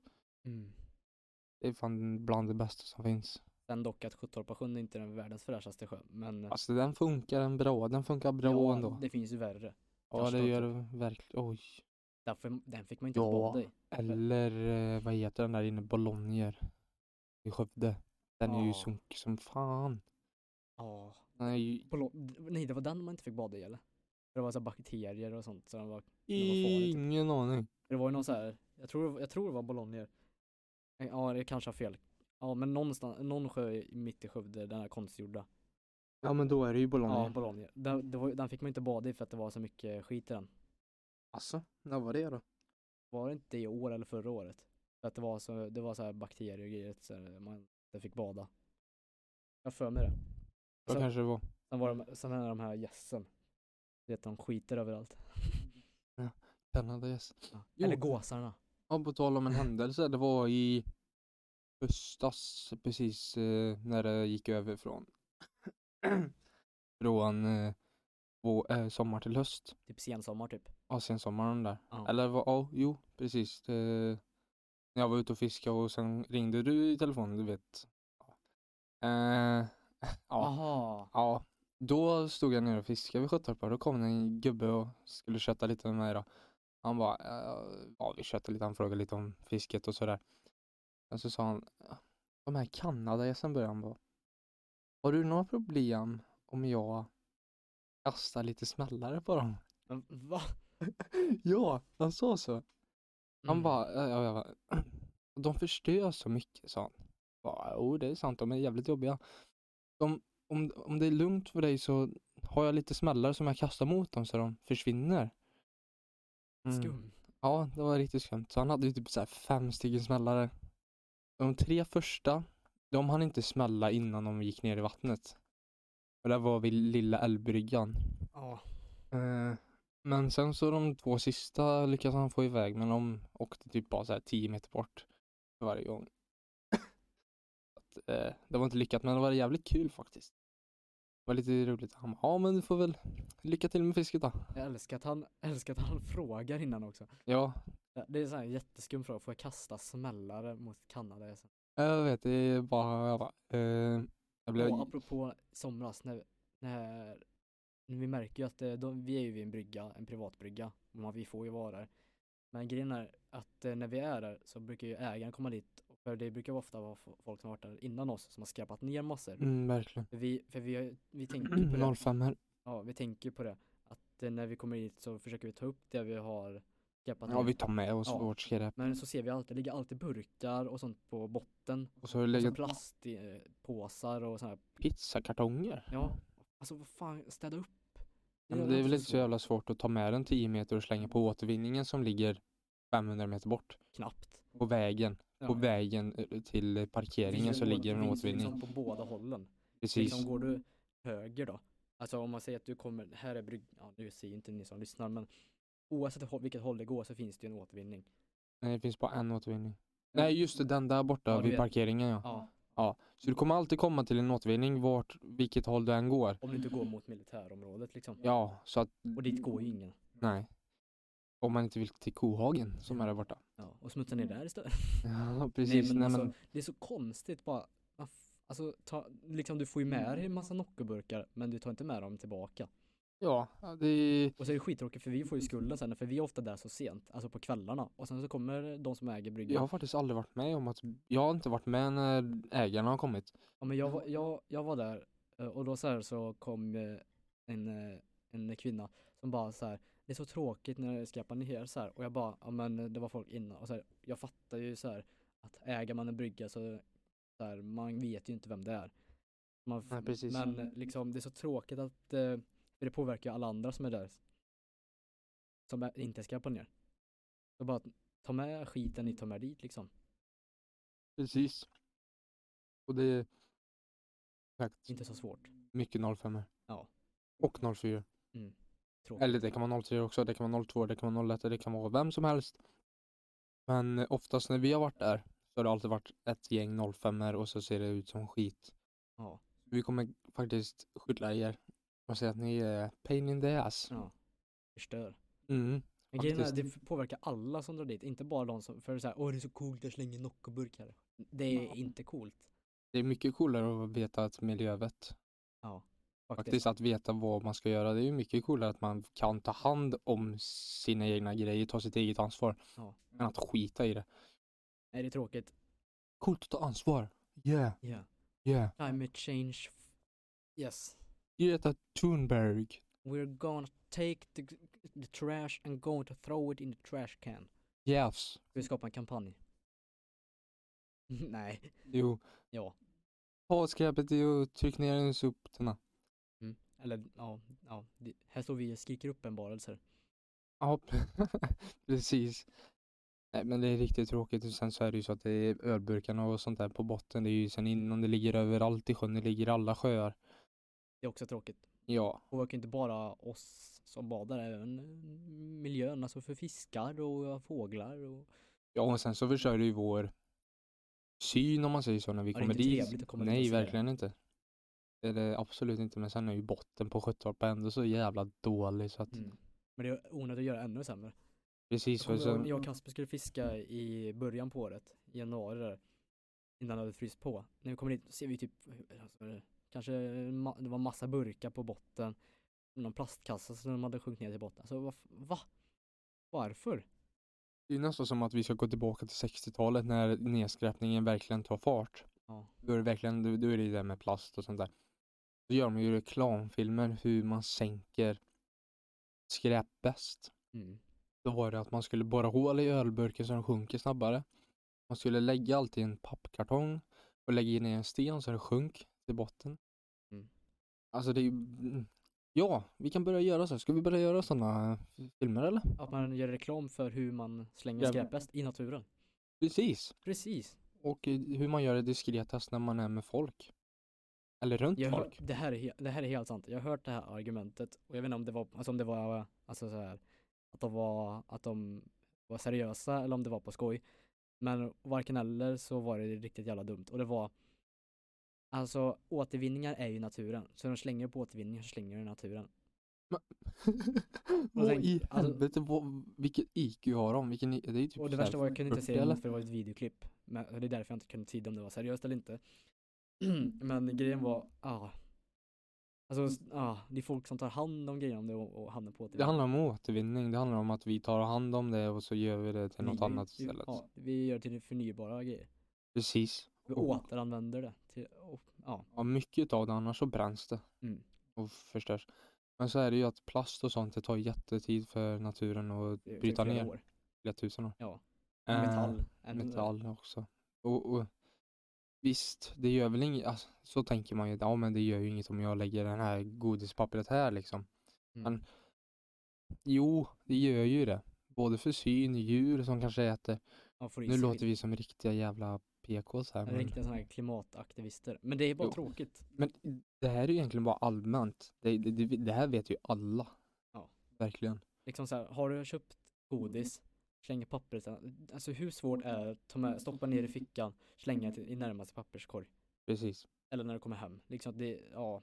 Mm. Det är fan bland det bästa som finns. Sen dock att Skyttorpasjön är inte den världens fräschaste sjö, men Alltså den funkar en bra, den funkar bra ja, ändå. det finns ju värre. ja kanske det då, gör det verkligen. Oj. Därför, den fick man inte ens Ja. bada i. Eller eh, vad heter den där inne, Bolognier. I Skövde. Den är ju Ja. sunkig som fan. Ja. Den är ju... Bolo- d- Nej, det var den man inte fick bada i eller? För det var så här bakterier och sånt. Så den var, det var farligt. Ingen aning. det var ju någon så här, jag tror, jag tror det var Bolognier. Nej, Ja, det kanske har fel. Ja, men någonstans, någon sjö i- mitt i Skövde, den här konstgjorda. Ja men då är det ju Bolognier. Ja, Bolognier. Den, det var, den fick man inte bada i för att det var så mycket skit i den. Alltså, när var det då? Var det inte i år eller förra året? För att det var så, det var så här bakterier och grejer, så här, man inte fick bada. Jag har för mig det. Då Så- kanske det var. Sen var de, sen är de här gässen. Du vet, de skiter överallt. Kanada yes. Jo. Eller gåsarna. Ja, på tal om en händelse. Det var i höstas precis eh, när det gick över från från eh, vå- eh, sommar till höst. Typ sensommar typ. Ja, sensommaren där. Ja. Eller vad, ja, jo, precis. Det, när jag var ute och fiskade och sen ringde du i telefonen, du vet. Eh, ja, Aha. ja. Då stod jag nere och fiskade vid Sjötorp och då kom det en gubbe och skulle köta lite med mig då. Han bara, eh, ja vi köttade lite, han frågade lite om fisket och sådär. Och så sa han, de här kanadagässen började han bara. Har du några problem om jag kastar lite smällare på dem? Men va? Ja, han sa så. Han Mm. bara, eh, jag, jag bara, de förstör så mycket sa han. Jag Bara, jo det är sant, de är jävligt jobbiga. De, om, om det är lugnt för dig så har jag lite smällare som jag kastar mot dem så de försvinner. Mm. Skumt. Ja, det var riktigt skumt. Så han hade ju typ så här fem stycken smällare. De tre första, de hann inte smälla innan de gick ner i vattnet. Och där var vi lilla älvbryggan. Ja. Eh, Men sen så de två sista lyckades han få iväg men de åkte typ bara så här 10 meter bort för varje gång. Att, eh, det var inte lyckat men det var jävligt kul faktiskt. Det var lite roligt. Han bara, ja men du får väl lycka till med fisket då. Jag älskar att han, älskar att han frågar innan också. Ja, Ja, Det är en sån här jätteskum fråga, får jag kasta smällare mot Kanada? jag vet det är bara, jag bara, eh, jag blev, Och apropå somras, när, när, när vi märker ju att eh, de, vi är ju vid en brygga, en privat brygga, men vi får ju vara där. Men grejen är att eh, när vi är där så brukar ju ägaren komma dit, för det brukar ju ofta vara fo- folk som har varit där innan oss som har skräpat ner massor. mm, verkligen. För vi, för vi, har ju- vi tänker ju på det. 05 här. Ja, vi tänker på det. Att eh, när vi kommer hit så försöker vi ta upp det vi har skräpat Ja vi tar med oss Ja. vårt skräp. Men så ser vi alltid, det ligger alltid burkar och sånt på botten. Och så har det Och så legat plastpåsar och sådana här. pizzakartonger. Ja, alltså vad fan, städa upp. alltså Ja, men gör det är väl absolut inte så jävla svårt att ta med den 10 meter och slänga på återvinningen som ligger 500 meter bort. Knappt. På vägen. På Ja. vägen eh, till eh, parkeringen så Vinst- ligger en vinst återvinning. Liksom på båda hållen. Precis. Liksom går du höger då. Alltså om man säger att du kommer, här är brygg, ja nu ser ju inte ni som lyssnar men oavsett hå- vilket håll det går så finns det ju en återvinning. Nej, det finns bara en återvinning. Ja. Nej, just det, den där borta Ja, du vid vet. parkeringen ja. Ja, Så du kommer alltid komma till en återvinning vart, vilket håll du än går. om du inte går mot militärområdet liksom. Ja, så att Och dit går ju ingen. nej. Om man inte vill till kohagen som är där borta. Ja, och smutsa ner där istället. Ja, precis. Mm. Nej, Nej, men, men, Alltså, det är så konstigt bara. Man f- Alltså, ta, liksom du får ju med dig en massa Noccoburkar men du tar inte med dem tillbaka. ja, det Och så är det skittråkigt för vi får ju skulden sen för vi är ofta där så sent, alltså på kvällarna. Och sen så kommer de som äger bryggan. Jag har faktiskt aldrig varit med om att, jag har inte varit med när ägarna har kommit. Ja, men jag, var- jag, jag var där eh, och då så här så kom eh, en, eh, en kvinna som bara så här det är så tråkigt när det skräpar ner så här och jag bara, ja men eh, det var folk innan och så här, jag fattar ju så här att äger man en brygga så, så här, man vet ju inte vem det är. Man, f- Nej, precis. Men eh, liksom det är så tråkigt att eh, för det påverkar ju alla andra som är där som är, inte skräpar ner. Så bara ta med skiten ni tar med dit liksom. Precis. Och det är exakt Inte så svårt. mycket 05 Ja. Och 04. Tråkigt. Eller det kan vara 03 också, det kan vara 02, det kan vara 01, det kan vara vem som helst. Men oftast när vi har varit där så har det alltid varit ett gäng 05 och så ser det ut som skit. Ja. Vi kommer faktiskt skylla er och säga att ni är pain in the ass. ja. Förstör. Mm. Men grejen är, Faktiskt. det f- påverkar alla som drar dit, inte bara de som, för såhär, åh det är så coolt, jag slänger Noccoburk här. Det är Ja. inte coolt. Det är mycket coolare att veta ett miljövett. Faktiskt att veta vad man ska göra. Det är ju mycket coolare att man kan ta hand om sina egna grejer, ta sitt eget ansvar. Ja. Än att skita i det. Nej, det är tråkigt. Coolt att ta ansvar. Yeah, Yeah. yeah. Climate change. f- Yes. Greta Thunberg. We're gonna take the, the trash and going to throw it in the trash can. Yes. Ska vi skapa en kampanj? Nej. Jo. Ja. Ta skräpet i och tryck ner den i soptunna. Eller ja, ja. Det, här står vi och skriker uppenbarelser. Ja, precis. Nej, men det är riktigt tråkigt och sen så är det ju så att det är ölburkarna och sånt där på botten. Det är ju sen innan det ligger överallt i sjön. Det ligger i alla sjöar. Det är också tråkigt. Ja, Påverkar inte bara oss som badar, även eh, miljön, alltså för fiskar och fåglar och Ja, och sen så förstör det ju vår syn om man säger så när vi Ja, det är kommer inte dit. trevligt att komma dit Nej, och se det. verkligen inte. Det är det absolut inte, men sen är ju botten på Skyttorp ändå så jävla dålig så att Men det är onödigt att göra ännu sämre. Jag precis för kommer ihåg så, när Mm. jag och Kasper skulle fiska i början på året, i januari där, innan det hade fryst på. När vi kommer dit ser vi typ, alltså, kanske ma- det var massa burkar på botten, någon plastkassa som de hade sjunkit ner till botten. Alltså va? va? Varför? det är ju nästan som att vi ska gå tillbaka till 60-talet när nedskräpningen verkligen tar fart. Ja. Då är det verkligen, då, då är det ju det med plast och sånt där. Då gör de ju reklamfilmer hur man sänker skräp bäst. Mm. Då var det att man skulle borra hål i ölburken så den sjunker snabbare. Man skulle lägga allt i en pappkartong och lägga in i en sten så den sjönk till botten. Mm. Alltså det är ju... mm. Ja, vi kan börja göra så. Ska vi börja göra sådana filmer eller? Att man gör reklam för hur man slänger Ja, men- skräp bäst i naturen. Precis. Precis. Och eh, hur man gör det diskretast när man är med folk. Eller runt Jag hör, folk. det, här är, he- det här är helt sant. Jag har hört det här argumentet och jag vet inte om det var, alltså om det var, alltså så här, att de var, att de var seriösa eller om det var på skoj. Men varken eller så var det riktigt jävla dumt och det var Alltså återvinningar är ju naturen, så när de slänger på återvinningar så slänger de i naturen. Vad sen- i alltså- helvete, vad, vilket IQ har de? Vilken, i- det är ju typ Och så det här värsta var att jag kunde inte se 40 den eller? för det var ett videoklipp. Men, och det är därför jag inte kunde tyda om det var seriöst eller inte. Men grejen var, ja. Alltså, s- ja, det är folk som tar hand om grejerna om det och, och hamnar på Det handlar om återvinning. Det handlar om att vi tar hand om det och så gör vi det till något Vi- annat vi- istället. Mm. Ja, vi gör det till förnybara grejer. Precis. Vi Och- återanvänder det. Till, och, ja, Ja, mycket av det, annars så bränns det. Mm. Och förstörs. Men så är det ju att plast och sånt, det tar jättetid för naturen att det är bryta flera ner. år. Flera tusen år. Ja. Eh, Metall. ännu mer. metall också. Och, och visst, det gör väl inget, alltså, så tänker man ju, ja men det gör ju inget om jag lägger den här godispappret här liksom. Mm. men- Jo, det gör ju det. Både för syn, djur som kanske äter. Ja, får i Nu sig låter vi som riktiga jävla PKs här. Men, Riktiga sådana här klimataktivister. Men det är bara Jo. tråkigt. men det här är ju egentligen bara allmänt. Det, det, det, det här vet ju alla. Ja. Verkligen. Liksom så här, har du köpt godis, slänger pappret sen. Alltså hur svårt är det att ta med, stoppa ner i fickan, slänga till, i närmaste papperskorg? Precis. Eller när du kommer hem. Liksom det, ja.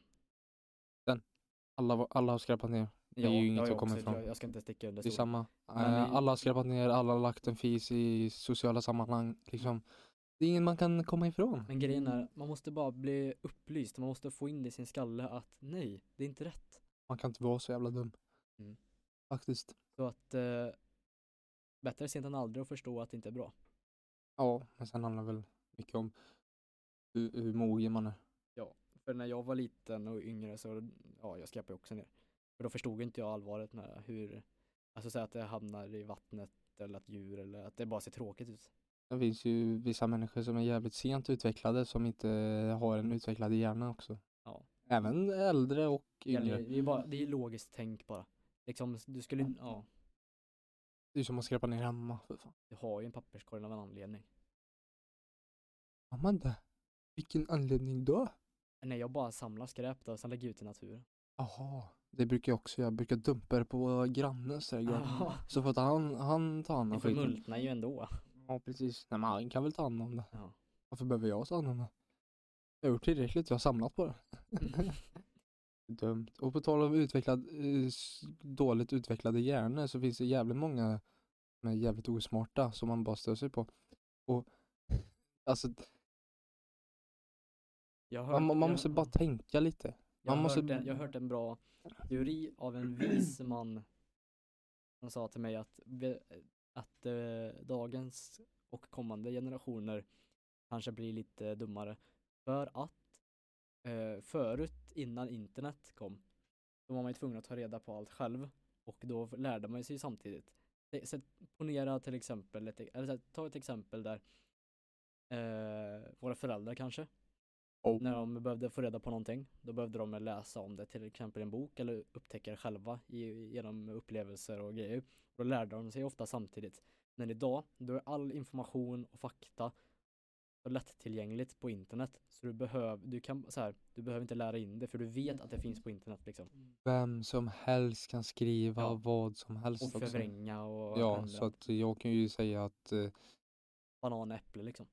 Alla, var- alla har skräpat ner. Det är ja, ju ja, inget att jag komma också, ifrån. Jag, jag ska inte sticka under Det är stol. samma. Men Eh, i- alla har skräpat ner, alla har lagt en fis i sociala sammanhang. Liksom. Det är ingen man kan komma ifrån. Men grejen är, man måste bara bli upplyst, man måste få in det i sin skalle att nej, det är inte rätt. Man kan inte vara så jävla dum. Mm. Faktiskt. Så att eh, bättre sent än aldrig att förstå att det inte är bra. Ja, men sen handlar det väl mycket om hur, hur mogen man är. För när jag var liten och yngre så, ja jag skräpade ju också ner. För då förstod inte jag allvaret med hur, alltså säga att det hamnar i vattnet eller att djur eller att det bara ser tråkigt ut. Det finns ju vissa människor som är jävligt sent utvecklade som inte har en utvecklad hjärna också. Ja. Även äldre och Det yngre. är, det är bara, det är logiskt tänk bara. Liksom, du skulle, ja, Det är som att skräpa ner hemma. För fan. du har ju en papperskorg av en anledning. Amanda, vilken anledning då? Nej, jag bara samlar skräp då, sen lägger jag ut i naturen. Jaha, det brukar jag också göra. Jag brukar dumpa det på grannens trädgård. Ja, Så får att han, han ta hand det om förmultnar ju ändå. Ja, precis. Nej, men han kan väl ta hand om det. Ja. Varför behöver jag ta hand om det? Jag har gjort tillräckligt, jag har samlat på det. Dumt. Och på tal om utvecklad, eh, s- dåligt utvecklade hjärnor så finns det jävligt många som är jävligt osmarta som man bara stör sig på. Och alltså, Jag har man, hört- man jag- måste bara tänka lite. Jag Man har, måste- hört en, jag har hört en bra teori av en vis man som sa till mig att, vi- att eh, dagens och kommande generationer kanske blir lite dummare för att eh, förut innan internet kom då var man ju tvungen att ta reda på allt själv och då lärde man sig ju samtidigt. Te- så Ponera till exempel, ett, eller så här, ta ett exempel där eh, våra föräldrar kanske när de behövde få reda på någonting, då behövde de läsa om det till exempel i en bok eller upptäcka det själva i- genom upplevelser och grejer. Då lärde de sig ofta samtidigt. Men idag, då är all information och fakta så lättillgängligt på internet. Så du, behöv, du, kan, så här, du behöver inte lära in det för du vet att det finns på internet liksom. Mm. Vem som helst kan skriva Ja. vad som helst Och också. förvränga och Ja, ändra. så att jag kan ju säga att eh, banan och äpple liksom.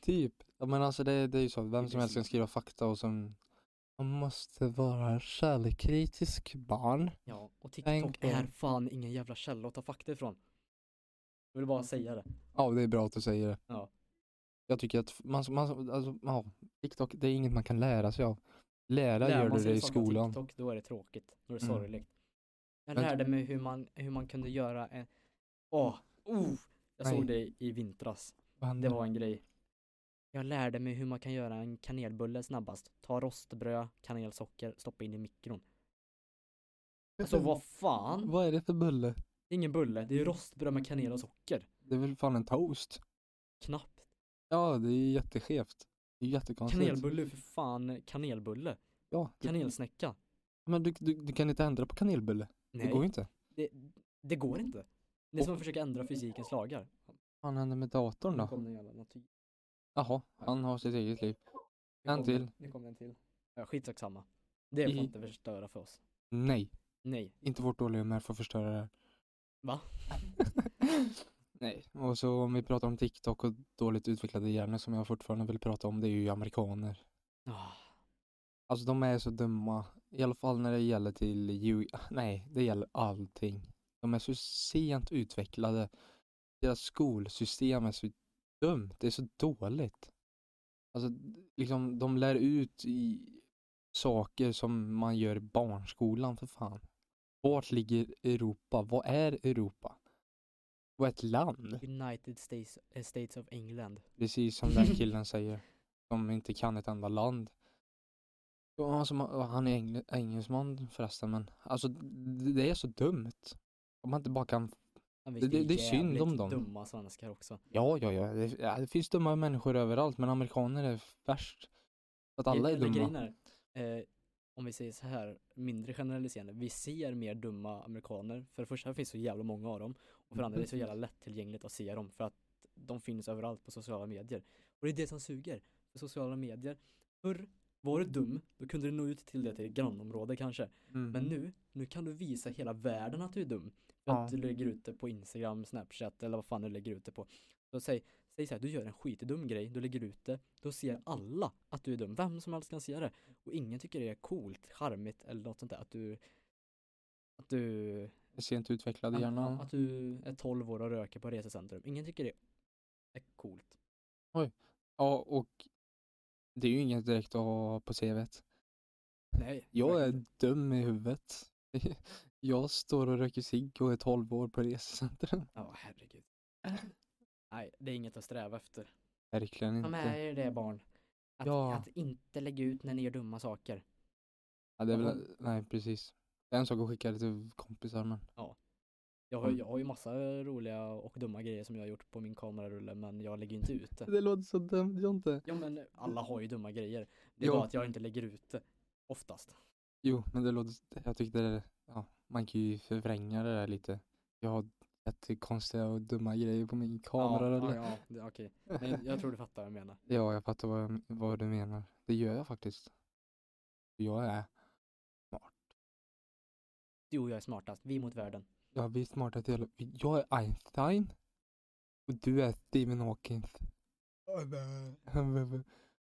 typ. Ja, men alltså det, det är ju så, vem I som helst kan princip. skriva fakta och som man måste vara källkritisk barn. Ja, och Tänk TikTok på- är fan ingen jävla källa att ta fakta ifrån. Jag vill bara Mm. säga det. Ja, det är bra att du säger det. Ja. Jag tycker att man, man alltså, ja, TikTok, det är inget man kan lära sig av. Lära Lär gör man du sig det i saker av skolan. TikTok, då är det tråkigt. Då är det Mm. sorgligt. Jag Men- lärde mig hur man, hur man kunde göra en... Åh! oh, jag såg det i vintras. Vad händer? Det var en grej. Jag lärde mig hur man kan göra en kanelbulle snabbast. Ta rostbröd, kanelsocker, stoppa in i mikron. Alltså vad fan? Vad är det för bulle? Det är ingen bulle, det är rostbröd med kanel och socker. Det är väl fan en toast? Knappt. Ja, det är jätteskevt. Det är jättekonstigt. Kanelbulle är ju för fan kanelbulle. Ja, det, Kanelsnäcka. men du, du, du kan inte ändra på kanelbulle. Nej, Det går ju inte. det, det går inte. Det är som att försöka ändra fysikens lagar. Vad fan händer med datorn Nu då? kom den jävla natur. Jaha, han har sitt eget liv. Nu En kom till. den- Nu kom den till. Ja, skitsamma. Det får I- inte förstöra för oss. Nej, Nej. inte vårt dåliga humör får förstöra det här. Va? Nej, och så om vi pratar om TikTok och dåligt utvecklade hjärnor som jag fortfarande vill prata om, det är ju amerikaner. Ah, Alltså de är så dumma, i alla fall när det gäller till ju... Nej, det gäller allting. De är så sent utvecklade. Deras skolsystem är så dumt, det är så dåligt. Alltså, liksom de lär ut i saker som man gör i barnskolan för fan. Vart ligger Europa? Vad är Europa? Vad är ett land? United States, eh, States of England. Precis som den killen säger. Som inte kan ett enda land. Ja, Alltså, man- han är engl- engelsman förresten men alltså d- det är så dumt. Om man inte bara kan, Ja, Det- visst, det- det är synd jävligt om dem. dumma svenskar också. ja ja ja det, ja, det finns dumma människor överallt men amerikaner är värst. För Att alla är Eller grejen dumma. är, eh, om vi säger så här, mindre generaliserande. Vi ser mer dumma amerikaner. För det första finns så jävla många av dem. Och för det andra är det så jävla lättillgängligt att se dem. För att de finns överallt på sociala medier. Och det är det som suger. För sociala medier, förr var du dum, då kunde du nå ut till det till grannområde kanske. Mm. Men nu, nu kan du visa hela världen att du är dum. För Ja. att du lägger ut det på Instagram, Snapchat eller vad fan du lägger ut det på. Så säg, säg så här, du gör en skitdum grej, du lägger ut det, då ser alla att du är dum. Vem som helst kan se det. Och ingen tycker det är coolt, charmigt eller något sånt där. Att du, att du, Sent utvecklade att, hjärna. att du är 12 år och röker på resecentrum. Ingen tycker det är coolt. Ja och det är ju inget direkt att ha på CVt. Nej. Jag verkligen är inte. dum i huvudet. Jag står och röker cigg och är 12 år på resecentrum. Ja, herregud. Nej, det är inget att sträva efter. Verkligen Ta inte. med er det barn. Att, Ja. att inte lägga ut när ni gör dumma saker. Ja, det är Vad väl, nej precis. Det är en sak att skicka det till kompisar men Jag har, Mm. jag har ju massa roliga och dumma grejer som jag har gjort på min kamerarulle men jag lägger ju inte ut det. det låter så dumt Jonte. Ja men alla har ju dumma grejer. Det är Ja. bara att jag inte lägger ut det. Oftast. Jo, men det låter, jag tyckte det, ja, man kan ju förvränga det där lite. Jag har jättekonstiga och dumma grejer på min kamera ja, eller? ja, ja, det- okej. Men jag tror du fattar vad jag menar. Ja, jag fattar vad, jag- vad du menar. Det gör jag faktiskt. Jag är, Du och jag är smartast. Vi mot världen. ja vi är smarta till hela- jag är Einstein och du är Stephen Hawking. Nej,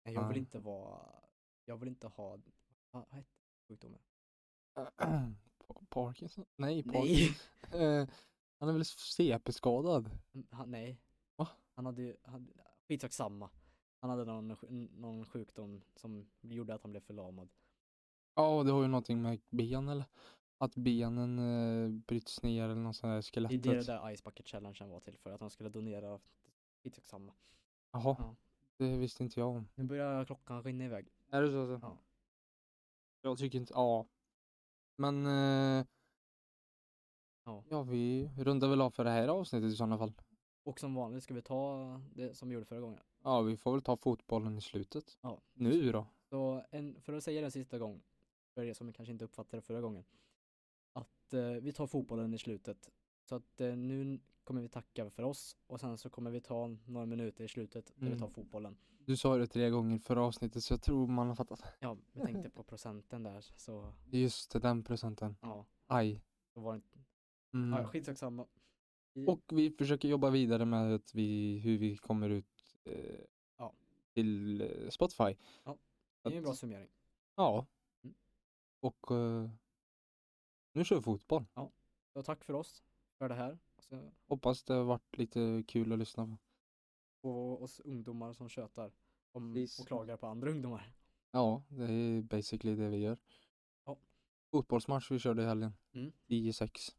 jag Ja. vill inte vara... Jag vill inte ha... Vad vad heter sjukdomen? Pa- Parkinson? Nej, Parkinson. Nej. Eh, han är väl CP-skadad? Han, nej. Va? Han hade ju, han, skitsak samma. Han hade någon, sj- någon sjukdom som gjorde att han blev förlamad. Ja, det har ju någonting med ben eller? Att benen eh, bryts ner eller något sånt där Det är skelettet. det det där Ice Bucket Challengen var till för, att han skulle donera skitsak samma. Jaha, Ja. det visste inte jag om. Nu börjar klockan rinna iväg. Är det så? alltså? så? Ja. Jag tycker inte, ja. Men eh, Ja. ja, vi rundar väl av för det här avsnittet i sådana fall. Och som vanligt ska vi ta det som vi gjorde förra gången. Ja, vi får väl ta fotbollen i slutet. Ja. Nu då? Så en, för att säga den sista gången, för er som kanske inte uppfattade förra gången, att eh, vi tar fotbollen i slutet. Så att eh, nu kommer vi tacka för oss och sen så kommer vi ta några minuter i slutet där Mm. vi tar fotbollen. Du sa det tre gånger i förra avsnittet så jag tror man har fattat. Ja, jag tänkte på procenten där så Just det, den procenten. ja, Aj. då var det inte. Mm. Ja, skitsak samma. Och vi försöker jobba vidare med att vi, hur vi kommer ut eh, Ja. till eh, Spotify. Ja, Så Det är ju en att- bra summering. Ja. Mm. Och eh, nu kör vi fotboll. Så tack för oss för det här. Så Hoppas det har varit lite kul att lyssna på. på oss ungdomar som tjötar om, Precis. och klagar på andra ungdomar. Ja, det är basically det vi gör. Ja. Fotbollsmatch vi körde i helgen. Mm. 10-6.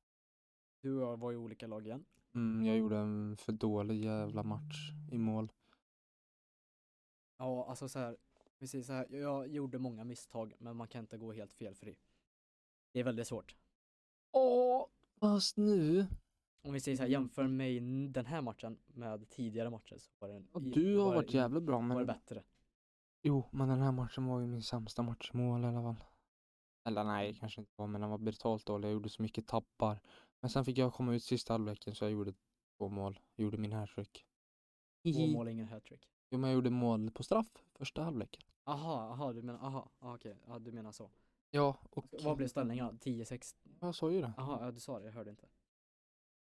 Du och jag var i olika lag igen. Mm, jag gjorde en för dålig jävla match i mål. Ja, alltså så här, vi säger så här, jag gjorde många misstag men man kan inte gå helt felfri. Det är väldigt svårt. Åh, fast nu. Om vi säger så här, Mm. jämför mig n- den här matchen med tidigare matcher så var den Ja, i- Du har var varit i- jävla bra var det men bättre. jo, men den här matchen var ju min sämsta match i mål i alla fall. Eller nej, Mm. kanske inte var, men den var brutalt dålig. Jag gjorde så mycket tappar. Men sen fick jag komma ut sista halvleken så jag gjorde två mål. Jag gjorde min hattrick. Två Hihi. mål, ingen hattrick. Jo, men jag gjorde mål på straff första halvleken. Aha, aha, du menar, aha, aha okej, ja, du menar så. Ja, och Vad blev ställningen då? 10-6? jag sa ju det. Aha, ja, du sa det, jag hörde inte.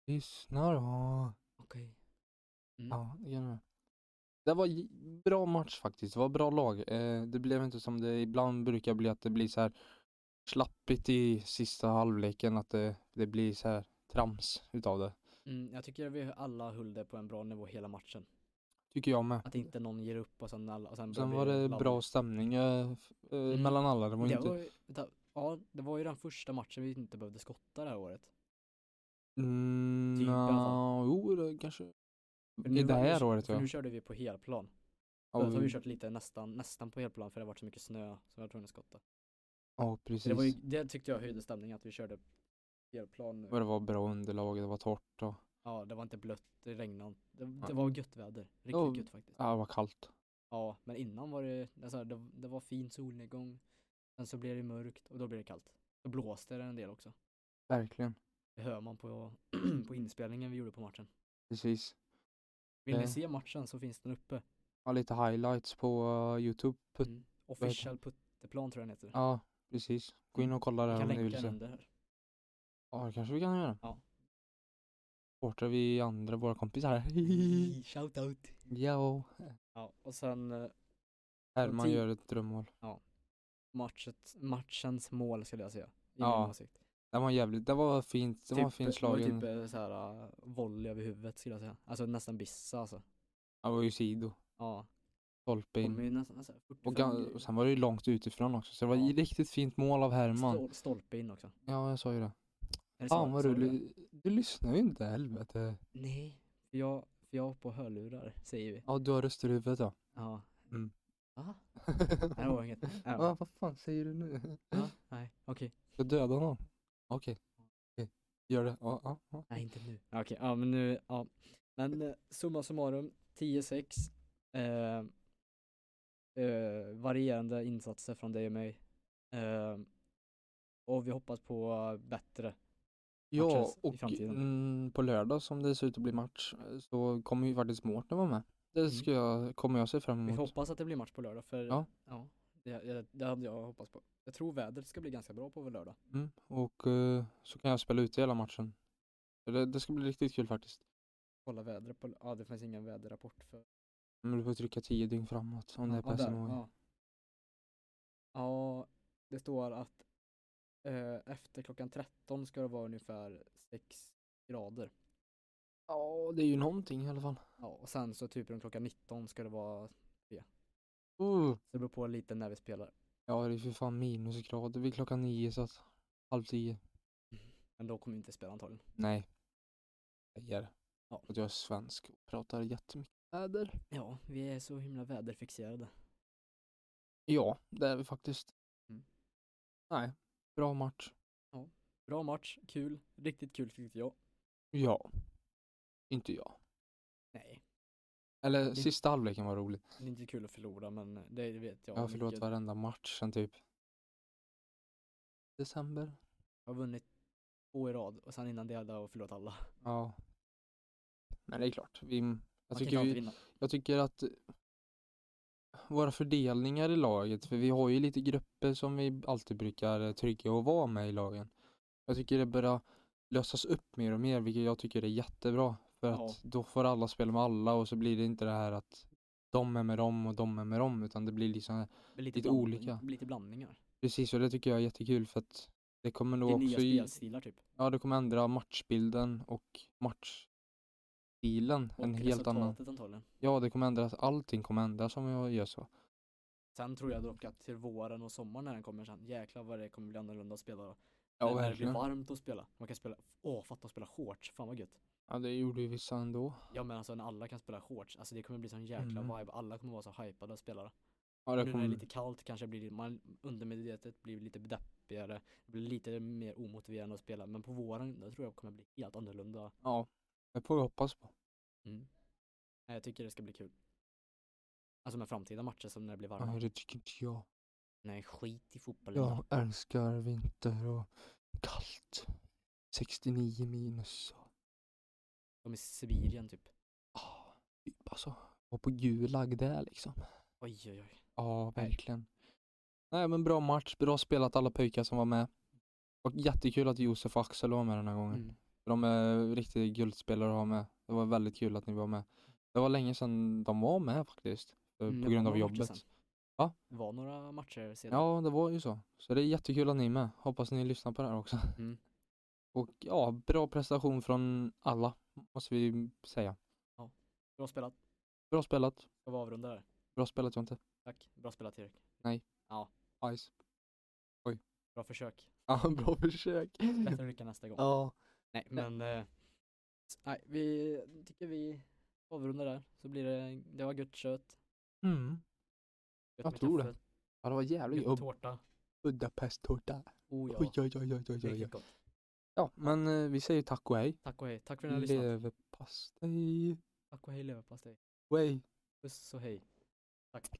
Lyssna då. Okej. Mm. Ja, det gör det. Det var j- bra match faktiskt. Det var bra lag. Eh, det blev inte som det ibland brukar bli att det blir så här slappigt i sista halvleken. Att det, det blir så här trams utav det. Mm, jag tycker vi alla höll det på en bra nivå hela matchen. Tycker jag med. Att inte någon ger upp och sen alla, och sen, börjar Sen vi var det ladda. bra stämning eh, f- eh, Mm. mellan alla. Det var det inte... var, ju- vänta, ja, det var ju den första matchen vi inte behövde skotta det här året. Mm, typ i alla fall. nja, jo, det kanske... För I nu det har vi- här året För ja. nu körde vi på helplan. Ja, Förut har vi vi- kört lite nästan, nästan på helplan för det har varit så mycket snö så jag tror att skotta. Ja, Så det, var ju, precis. det tyckte jag höjde stämningen att vi körde helplan nu. Och Det var bra underlag, det var torrt och... Ja, det var inte blött, det regnade inte. Det, det Nej. var gött väder. Riktigt Ja. gött faktiskt. Ja, det var kallt. Ja, men innan var det, alltså, det, det var fin solnedgång. Sen så blev det mörkt och då blev det kallt. Då blåste det en del också. Verkligen. Det hör man på, på inspelningen vi gjorde på matchen. Precis. Vill ni Eh. se matchen så finns den uppe. Ja, lite highlights på eh, Youtube. Put- Mm. heter Official Putteplan tror jag den heter. Ja, precis. Gå in och kolla vi där kan om ni vill länka den se. under här. Ja, det kanske vi kan göra. Ja. Supportar vi andra, våra kompisar. Shout out. ja. Ja, och sen eh, Herman ti- gör ett drömmål. matchet, matchens mål skulle jag säga. I Ja, min åsikt. Det var jävligt, det var fint. Det var Typ, fint var ju slagen. Typ eh, så här eh, volley över huvudet skulle jag säga. Alltså nästan bissa alltså. Det var ju sido. Ja, Stolpe de är in. ju nästan alltså, 45 Och, gan- grejer. och sen var det ju långt utifrån också. Så det var Ja. ju riktigt fint mål av Herman. Stol, stolpe in också. Ja, jag sa ju det. Eller sa- Fan vad sa du, det? ly- du lyssnar ju inte helvete. Nej, för jag, för jag har på hörlurar säger vi. Ja, du har röster i huvudet ja. Ja. Mm. Va? Nej, det var inget. Ja. Ja, vad fan säger du nu? Ja, nej, okej. Ska döda honom? Okej. Okej. Gör det. Ja, ja, ja. Nej, inte nu. Okej, ja men nu, ja. Men eh, summa summarum, 10-6. Eh, eh, varierande insatser från dig och mig. Eh, och vi hoppas på eh, bättre. Ja, matches i och framtiden. mm, på lördag som det ser ut att bli match eh, så kommer ju faktiskt Mårten vara med. Det Mm. ska jag, kommer jag se fram Vi får emot. hoppas att det blir match på lördag för Ja. ja det, det, det hade jag hoppats på. Jag tror vädret ska bli ganska bra på lördag. Mm. Och eh, så kan jag spela ut hela matchen. Det, det ska bli riktigt kul faktiskt. Kolla vädret på, ja det finns ingen väderrapport för Men du får trycka 10 dygn framåt om det är Ja, passar där, mål. ja. ja, det står att eh, efter klockan 13 ska det vara ungefär 6 grader. Ja, det är ju någonting i alla fall. Ja, och sen så typ runt klockan 19 ska det vara, så Uh. det beror på lite när vi spelar. Ja, det är för fan minusgrader vid klockan nio så att halv tio. Men då kommer vi inte spela antagligen. Nej. Jag ger det. Ja. För att jag är svensk och pratar jättemycket väder. Ja, vi är så himla väderfixerade. Ja, det är vi faktiskt. Mm. Nej, bra match. Bra match, kul, riktigt kul tyckte jag. Ja. Inte jag. Nej, Eller Det- sista halvleken var rolig. det är inte kul att förlora men det vet jag. jag har förlorat mycket. varenda match sen typ december. Jag har vunnit två i rad och sen innan det hade jag förlorat alla. Ja. Men det är klart. Vi, jag, Man kan ju tycker alltid vi, vinna. jag tycker att våra fördelningar i laget, för vi har ju lite grupper som vi alltid brukar eh, trygga och vara med i lagen. Jag tycker det börjar lösas upp mer och mer, vilket jag tycker är jättebra. För Ja. att då får alla spela med alla och så blir det inte det här att de är med dem och de är med dem, utan det blir liksom Det blir Lite, lite blandning- olika. det blir Lite blandningar. Precis, och det tycker jag är jättekul för att det kommer Det nog är också nya i- spelstilar typ. ja, det kommer ändra matchbilden och matchstilen en och helt annan. resultatet antagligen. Ja, det kommer ändras. Allting kommer ändras om jag gör så. Sen tror jag dock att till våren och sommaren när den kommer sen, jäklar vad det kommer bli annorlunda att spela då. Ja, när, när det blir verkligen. varmt att spela. Man kan spela, åh fatta att spela shorts, fan vad gött. Ja, det gjorde ju vissa ändå. Ja men alltså när alla kan spela shorts, alltså det kommer bli sån jäkla Mm. vibe, alla kommer vara så hypade och spela det. Ja, det Nu när det är kommer... lite kallt kanske blir det, man undermedvetet blir lite deppigare. Det blir lite mer omotiverande att spela. Men på våren då tror jag kommer bli helt annorlunda. ja, det får vi hoppas på. Mm. Nej, Jag tycker det ska bli kul. Alltså med framtida matcher som när det blir varmare. Nej, det tycker inte jag. Nej, skit i fotbollen. Jag älskar vinter och kallt. 69 minus. De är Sibirien typ. Ah, typ alltså. Var på gulag där liksom. Oj, oj, oj. Ja, Nej. verkligen. Nej men bra match, bra spelat alla pojkar som var med. Och jättekul att Josef och Axel var med den här gången. Mm. De är riktiga guldspelare att ha med. Det var väldigt kul att ni var med. Det var länge sedan de var med faktiskt. eh, Mm, det På var grund av några matcher jobbet. sen. Va? Det var några matcher sedan. Ja, det var ju så. Så det är jättekul att ni är med. Hoppas ni lyssnar på det här också. Mm. Och ja, bra prestation från alla, måste vi säga. Bra spelat. Bra spelat. Ska vi avrunda där? Bra spelat Jonte. Tack. Bra spelat Erik. Nice. Bra försök. Ja, bra försök. Bättre lycka nästa gång. Mm. Ja. Nej, men eh, s- nej, vi tycker vi avrundar där. Så blir det, det var gött kött. Mm. Gött Jag med tror det. kaffe, Ja, det var jävligt. Gött Och tårta. Budapesttårta. Oh Oj, ja, oj, oj, oj, oj, oj. riktigt gott. Ja, men eh, vi säger tack och hej. Tack och hej. Tack för att ni har lyssnat. Leverpastej. Tack och hej leverpastej. Way. Puss och hej. Tack.